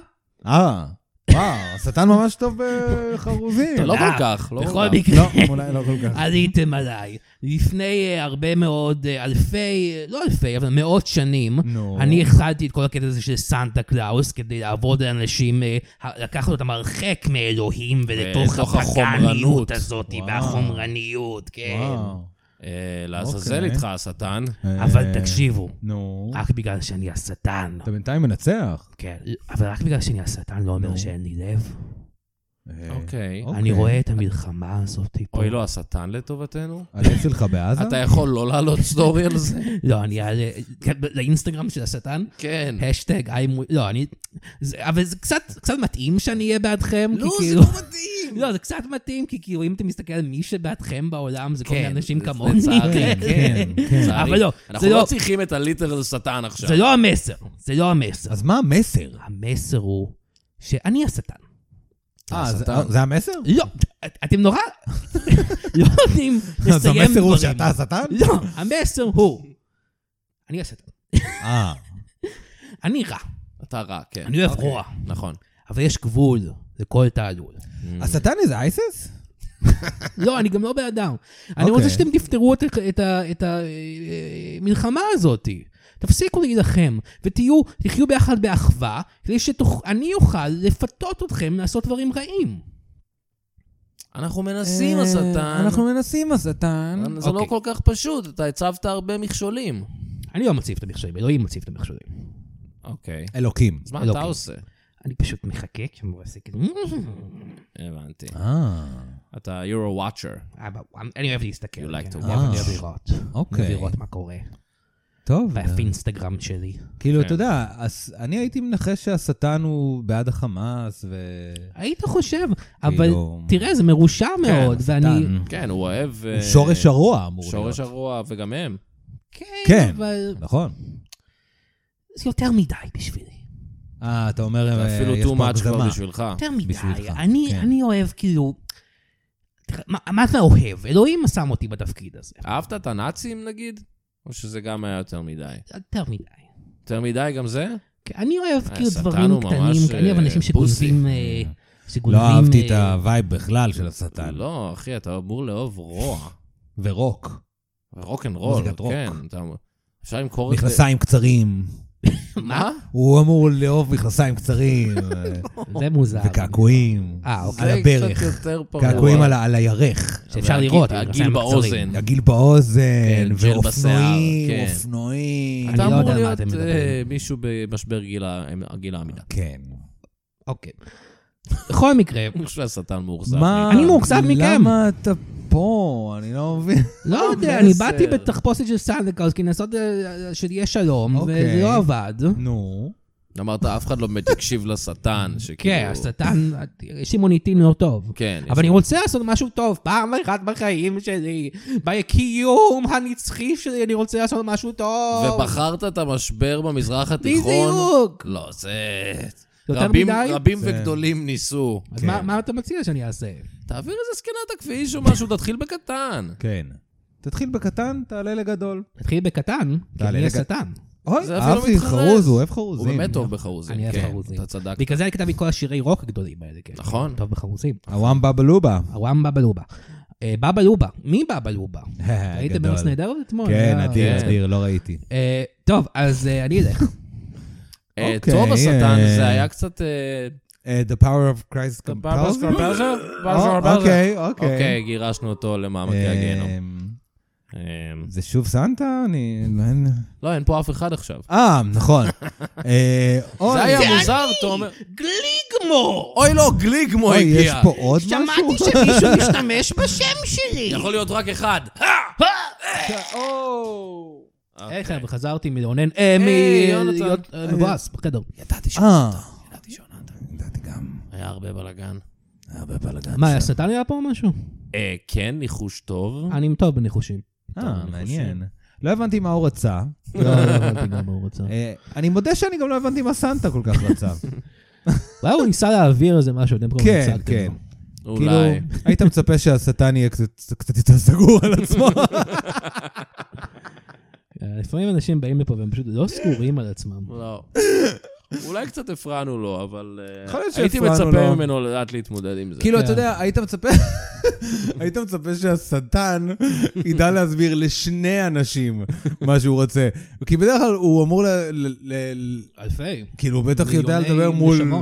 C: אה, וואו, השטן ממש טוב בחרוזים. [LAUGHS]
A: לא
B: תודה.
A: כל כך, לא כל
B: בכל
A: כך.
B: מקרה.
C: לא, אולי לא כל כך.
B: עליתם עליי. לפני אה, הרבה מאוד, אה, אלפי, אה, לא אלפי, אבל מאות שנים,
C: נו.
B: אני החלטתי את כל הקטע הזה של סנטה קלאוס כדי לעבוד על אנשים, אה, ה- לקחת אותם הרחק מאלוהים ולתוך
A: לתוך החומרנות.
B: הפגניות הזאת
C: אה, וואו.
B: והחומרניות, כן.
C: וואו.
A: אה, לעזאזל
C: אוקיי.
A: איתך, השטן.
C: אה,
B: אבל אה. תקשיבו,
C: נו.
B: רק בגלל שאני השטן,
C: אתה בינתיים מנצח.
B: כן,
A: אה.
B: אבל רק בגלל שאני השטן לא אומר
C: נו.
B: שאין לי לב.
C: אה,
A: אוקיי.
C: אוקיי.
B: אני רואה את המלחמה הזאת פה.
A: אוי, לא, השטן לטובתנו?
C: הלב שלך בעזה?
A: אתה יכול לא לעלות סטורי על זה?
B: לא, אני אעלה, כן, לאינסטגרם של השטן?
A: כן.
B: השטג, I'm... לא, אני... זה, אבל זה קצת, קצת מתאים שאני אהיה בעדכם,
A: לא,
B: כי
A: זה
B: כאילו...
A: לא
B: [LAUGHS]
A: מתאים.
B: לא, זה קצת מתאים, כי כאילו, אם אתה מסתכל על מי שבעדכם בעולם, זה כל מיני
A: כן,
B: אנשים
A: זה-
B: כמוני.
A: לצערי,
B: כן.
A: כן,
C: כן.
A: לצערי.
B: אבל לא,
A: אנחנו
B: זה לא-
A: לא צריכים את הליטרל שטן עכשיו.
B: זה לא המסר, זה לא המסר.
C: אז מה המסר?
B: המסר הוא שאני השטן.
C: אה, זה-
A: השטן.
C: זה המסר?
B: לא, את- אתם נורא... לא נותנים לסיים
C: אז
B: דברים.
C: המסר הוא שאתה
A: [LAUGHS]
C: השטן?
B: לא, המסר הוא... אני השטן.
C: אה,
B: אני רע.
A: אתה רע, כן.
B: אני אוהב
A: אוקיי.
B: רוע.
A: נכון.
B: אבל יש גבול לכל תעלול.
C: השטן איזה אייסס?
B: לא, אני גם לא באדם. אני
C: אוקיי.
B: רוצה שאתם תפתרו את ה- את ה- את המלחמה הזאת. תפסיקו להילחם, ותהיו, תחיו ביחד באחווה, כדי שאני אוכל לפתות אתכם לעשות דברים רעים.
A: אנחנו מנסים,
C: אה,
A: השטן.
C: אנחנו מנסים השטן.
A: זה לא
B: אוקיי.
A: כל כך פשוט, אתה הצבת הרבה מכשולים.
B: אני לא מציב את המכשולים, אלוהים מציב את המכשולים.
A: אוקיי.
C: אלוקים.
A: אז מה אתה
B: אלוקים.
A: עושה?
B: אני פשוט מחכה כשמובסק.
A: הבנתי.
C: אה,
A: אתה, you're a watcher.
B: אבא, אה, אמ, אני אוהב להסתכל.
A: You like to
B: כן,
A: watch.
B: אני אוהב לראות. אני
C: אוקיי.
B: אוהב לראות מה קורה.
C: טוב.
B: והפינסטגרם שלי.
C: כאילו,
A: כן.
C: אתה יודע, אז אני הייתי מנחש שהשטן הוא בעד החמאס, ו...
B: היית חושב, אבל
C: כאילו-
B: תראה, זה מרושע מאוד, ואני...
C: השטן.
A: כן, הוא אוהב... אה,
C: הוא שורש הרוע אמור להיות.
A: שורש הרוע, וגם הם.
B: כן,
C: כן.
B: אבל
C: נכון.
B: זה יותר מדי בשבילי.
C: אה, אתה אומר,
A: זה
C: אה,
A: אפילו
C: יש
A: too
C: פה
A: much כבר
C: הגזמה.
A: בשבילך.
B: יותר מדי.
C: בשבילך,
B: אני,
C: כן.
B: אני אוהב כאילו... מה- מה אתה אוהב? אלוהים שם אותי בתפקיד הזה.
A: אהבת את הנאצים נגיד? או שזה גם היה יותר מדי?
B: יותר מדי.
A: יותר מדי גם זה?
B: כן, אני אוהב
A: אה,
B: כאילו
A: השטן
B: דברים
A: הוא
B: קטנים,
A: ממש,
B: אני אוהב
A: אה,
B: אנשים
A: בוסי.
B: שגונבים... אה,
C: לא
B: שגונבים,
C: אהבתי את
B: אה,
C: הווייב בכלל של השטן.
A: לא, אחי, אתה אמור לאהוב רוע.
C: ורוק.
A: רוק אנד רול,
C: מוזיקת רוק.
A: כן. אתה... אפשר למכור את זה.
C: מכנסיים קצרים.
A: מה?
C: הוא אמור לאהוב מכנסיים
A: [LAUGHS]
C: קצרים. אה,
B: זה מוזר.
C: וקעקועים.
B: אה, אוקיי.
C: על
A: זה
C: הברך.
A: קצת יותר פרוע.
C: קעקועים על ה- על הירך.
B: שאפשר
A: והגיל-
B: לראות,
A: הגיל
B: מכנסיים קצרים.
A: באוזן.
C: הגיל באוזן,
A: כן, ג'ל
C: ואופנועים,
A: בשיער, כן.
C: אופנועים.
B: אני
A: אתה
B: לא
A: אמור
B: יודע על מה
A: להיות
B: אתם
A: אה,
B: מדברים.
A: מישהו במשבר גיל ה- גיל העמידה.
C: כן.
B: אוקיי. בכל מקרה,
A: [LAUGHS] אני חושב שהשטן מאוכזב.
B: אני מאוכזב מכם.
C: למה אתה פה? אני לא מבין.
B: לא יודע,
A: בסדר.
B: אני באתי בתחפושת של סנדקאוס, כי לנסות אה, אה, שיהיה שלום, וזה
C: אוקיי.
B: לא עבד.
C: [LAUGHS] נו.
A: אמרת, אף אחד לא באמת הקשיב לשטן, שכאילו...
B: כן, השטן, יש לי מוניטין לא טוב.
A: כן. יש
B: אבל אני
A: לו-
B: רוצה לעשות משהו טוב, פעם אחת בחיים שלי, בקיום הנצחי שלי, אני רוצה לעשות משהו טוב.
A: ובחרת את המשבר במזרח התיכון.
B: בדיוק.
A: לא, זה...
B: יותר
A: רבים,
B: מדי?
A: רבים
C: זה-
A: וגדולים ניסו.
B: אז מה- מה אתה מציע שאני אעשה?
A: תעביר איזה זקנת הכביש או משהו, תתחיל בקטן.
C: כן. תתחיל בקטן, תעלה לגדול.
B: נתחיל בקטן, כי
C: תעלה
B: אני
C: לג-
B: השטן.
C: אוי,
A: זה אפילו לא
C: אהבתי,
A: מתחרז.
C: חרוז, הוא אוהב
A: הוא
C: חרוזים.
A: באמת טוב בחרוזים.
B: אני אוהב
A: כן,
B: חרוזים.
A: אתה צדק.
B: בגלל זה אני כתבתי כל השירי רוק הגדולים האלה, כן.
A: נכון.
B: טוב בחרוזים.
C: הוואם בבא לובה.
B: הוואם בבא לובה. אה, בבא לובה, מי בבא לובה? ראיתם
C: אה, [LAUGHS] גדול.
B: ארץ נהדרת אתמול? אה,
C: כן,
B: היה-
C: אדיר,
A: כן.
C: אדיר, לא ראיתי.
B: אה, טוב, אז אה, אני אלך.
A: אה,
C: אוקיי,
A: טוב, השטן,
C: אה,
A: זה היה קצת... אה,
C: אה, The Power of Christ
A: פאפס
C: Compulsion?
A: קורפז'ה?
C: אה, אוקיי, אוקיי.
A: אוקיי, גירשנו אותו למעמקי הגיהנום.
C: אמ,
A: אמ,
C: זה שוב סנטה? אני... לא, אין-
A: לא, אין פה אף אחד עכשיו.
C: אה,
A: [LAUGHS]
C: נכון. אה, אוי,
A: זה היה מוזר, תומר.
B: גליגמור!
A: אוי, לא, גליגמו
C: אוי, יש
A: הגיע.
C: פה עוד משהו?
B: [LAUGHS] שמעתי שמישהו משתמש בשם [LAUGHS] שלי!
A: יכול להיות רק אחד.
C: אה!
A: אה!
B: איך וחזרתי מלאונן, אה, מ...
A: היי, יונתן.
B: להיות, אה, מבואס, בחדר.
A: ידעתי ש...
C: אה,
A: ידעתי שעוננת.
C: ידעתי גם.
A: היה הרבה בלאגן.
C: הרבה בלאגן.
B: מה,
C: שם.
B: השטן היה פה או משהו?
A: אה, כן, ניחוש טוב.
B: אני טוב בניחושים.
C: אה,
A: אני
C: מעניין. לא הבנתי מה הוא רצה.
B: לא, לא הבנתי גם מה הוא רצה.
C: אה, אני מודה שאני גם לא הבנתי מה סנטה כל כך
A: [LAUGHS]
C: רצה.
B: אולי הוא ניסה להעביר איזה משהו, אתם כבר
C: כן,
B: הצגתם
C: כן.
B: לו.
C: כאילו,
A: אולי.
C: היית מצפה שהשטן יהיה קצת קצת יותר סגור על עצמו.
A: [LAUGHS]
B: אה, לפעמים אנשים באים לפה והם פשוט לא סגורים על עצמם.
A: לא. אולי קצת הפרענו לו, אבל אה,
C: יכול להיות
A: הייתי
C: שהפרענו לו.
A: מצפה ממנו לדעת להתמודד עם זה.
C: כאילו, אתה
B: כן.
C: יודע, היית מצפה... [LAUGHS] היית מצפה שהשטן
A: [LAUGHS]
C: ידע להסביר לשני אנשים מה שהוא רוצה. כי בדרך כלל הוא אמור ל... ל- ל-
B: אלפי.
C: כאילו, הוא בטח יודע לדבר מול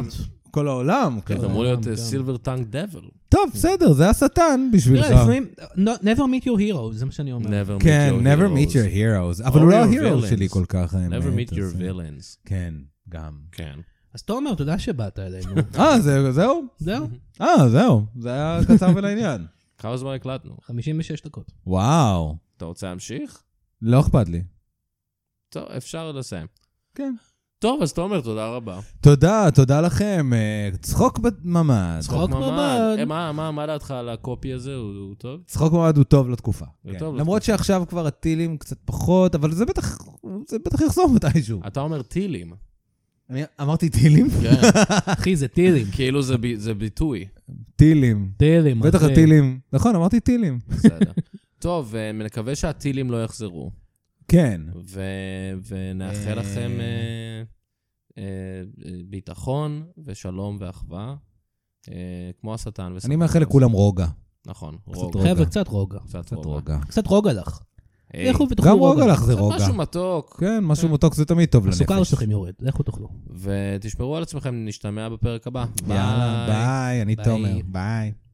C: כל העולם.
A: כן,
C: כזה.
A: אמור להיות
B: גם, גם.
A: סילבר טאנק דבל.
C: טוב, בסדר, זה השטן בשבילך.
B: תראה, לפעמים, no- never meet your hero, זה מה שאני אומר.
A: Never meet
C: כן,
A: your
C: never meet
A: heroes.
C: your heroes. אבל הוא
A: Or
C: לא
A: your
C: ה-hero
A: villains.
C: שלי כל כך, האמת.
A: never meet
C: אז-
A: your villains.
C: כן, גם.
A: כן.
B: אז תומר, תודה שבאת אלינו.
C: אה, זה- זהו?
B: זהו,
C: אה, זהו. זה היה קצר
A: [LAUGHS]
C: ולעניין.
A: כמה זמן הקלטנו?
B: 56 דקות.
C: וואו.
A: אתה רוצה להמשיך?
C: לא אכפת לי.
A: טוב, אפשר לסיים.
C: כן.
A: טוב, אז תומר, תודה רבה.
C: תודה, תודה לכם. אה, צחוק ממש.
B: צחוק ממ"ד.
A: אה, מה, מה, מה דעתך על הקופי הזה? הוא הוא טוב?
C: צחוק ממ"ד הוא טוב לתקופה.
A: הוא
C: כן.
A: טוב
C: למרות שעכשיו כבר הטילים קצת פחות, אבל זה בטח, זה בטח יחזור מתישהו.
A: אתה אומר
C: [LAUGHS]
A: טילים.
C: אני אמרתי טילים?
A: כן.
B: אחי, זה טילים.
A: כאילו זה בי- זה ביטוי.
C: [LAUGHS] טילים.
B: טילים, אחי.
C: בטח הטילים. נכון, אמרתי טילים.
A: בסדר. טוב, אה, נקווה שהטילים לא יחזרו,
C: כן.
A: ו- ונאחל לכם אה, אה, ביטחון ושלום ואחווה, אה, כמו השטן וסטן.
C: אני מאחל לכולם רוגע.
A: נכון,
C: קצת
A: רוגע.
C: רוגע.
B: חבר'ה, קצת רוגע.
A: קצת
C: קצת
A: רוגע.
C: רוגע.
B: קצת רוגע לך.
A: היי,
B: לכו ותאכלו
C: גם רוגע לך זה
A: קצת
C: רוגע.
A: משהו מתוק.
C: כן, משהו מתוק זה תמיד טוב לנפש.
B: הסוכר שלכם יורד, לכו תאכלו.
A: ותשמרו על עצמכם, נשתמע בפרק הבא.
C: יאללה, ביי, אני
B: ביי.
C: תומר. ביי.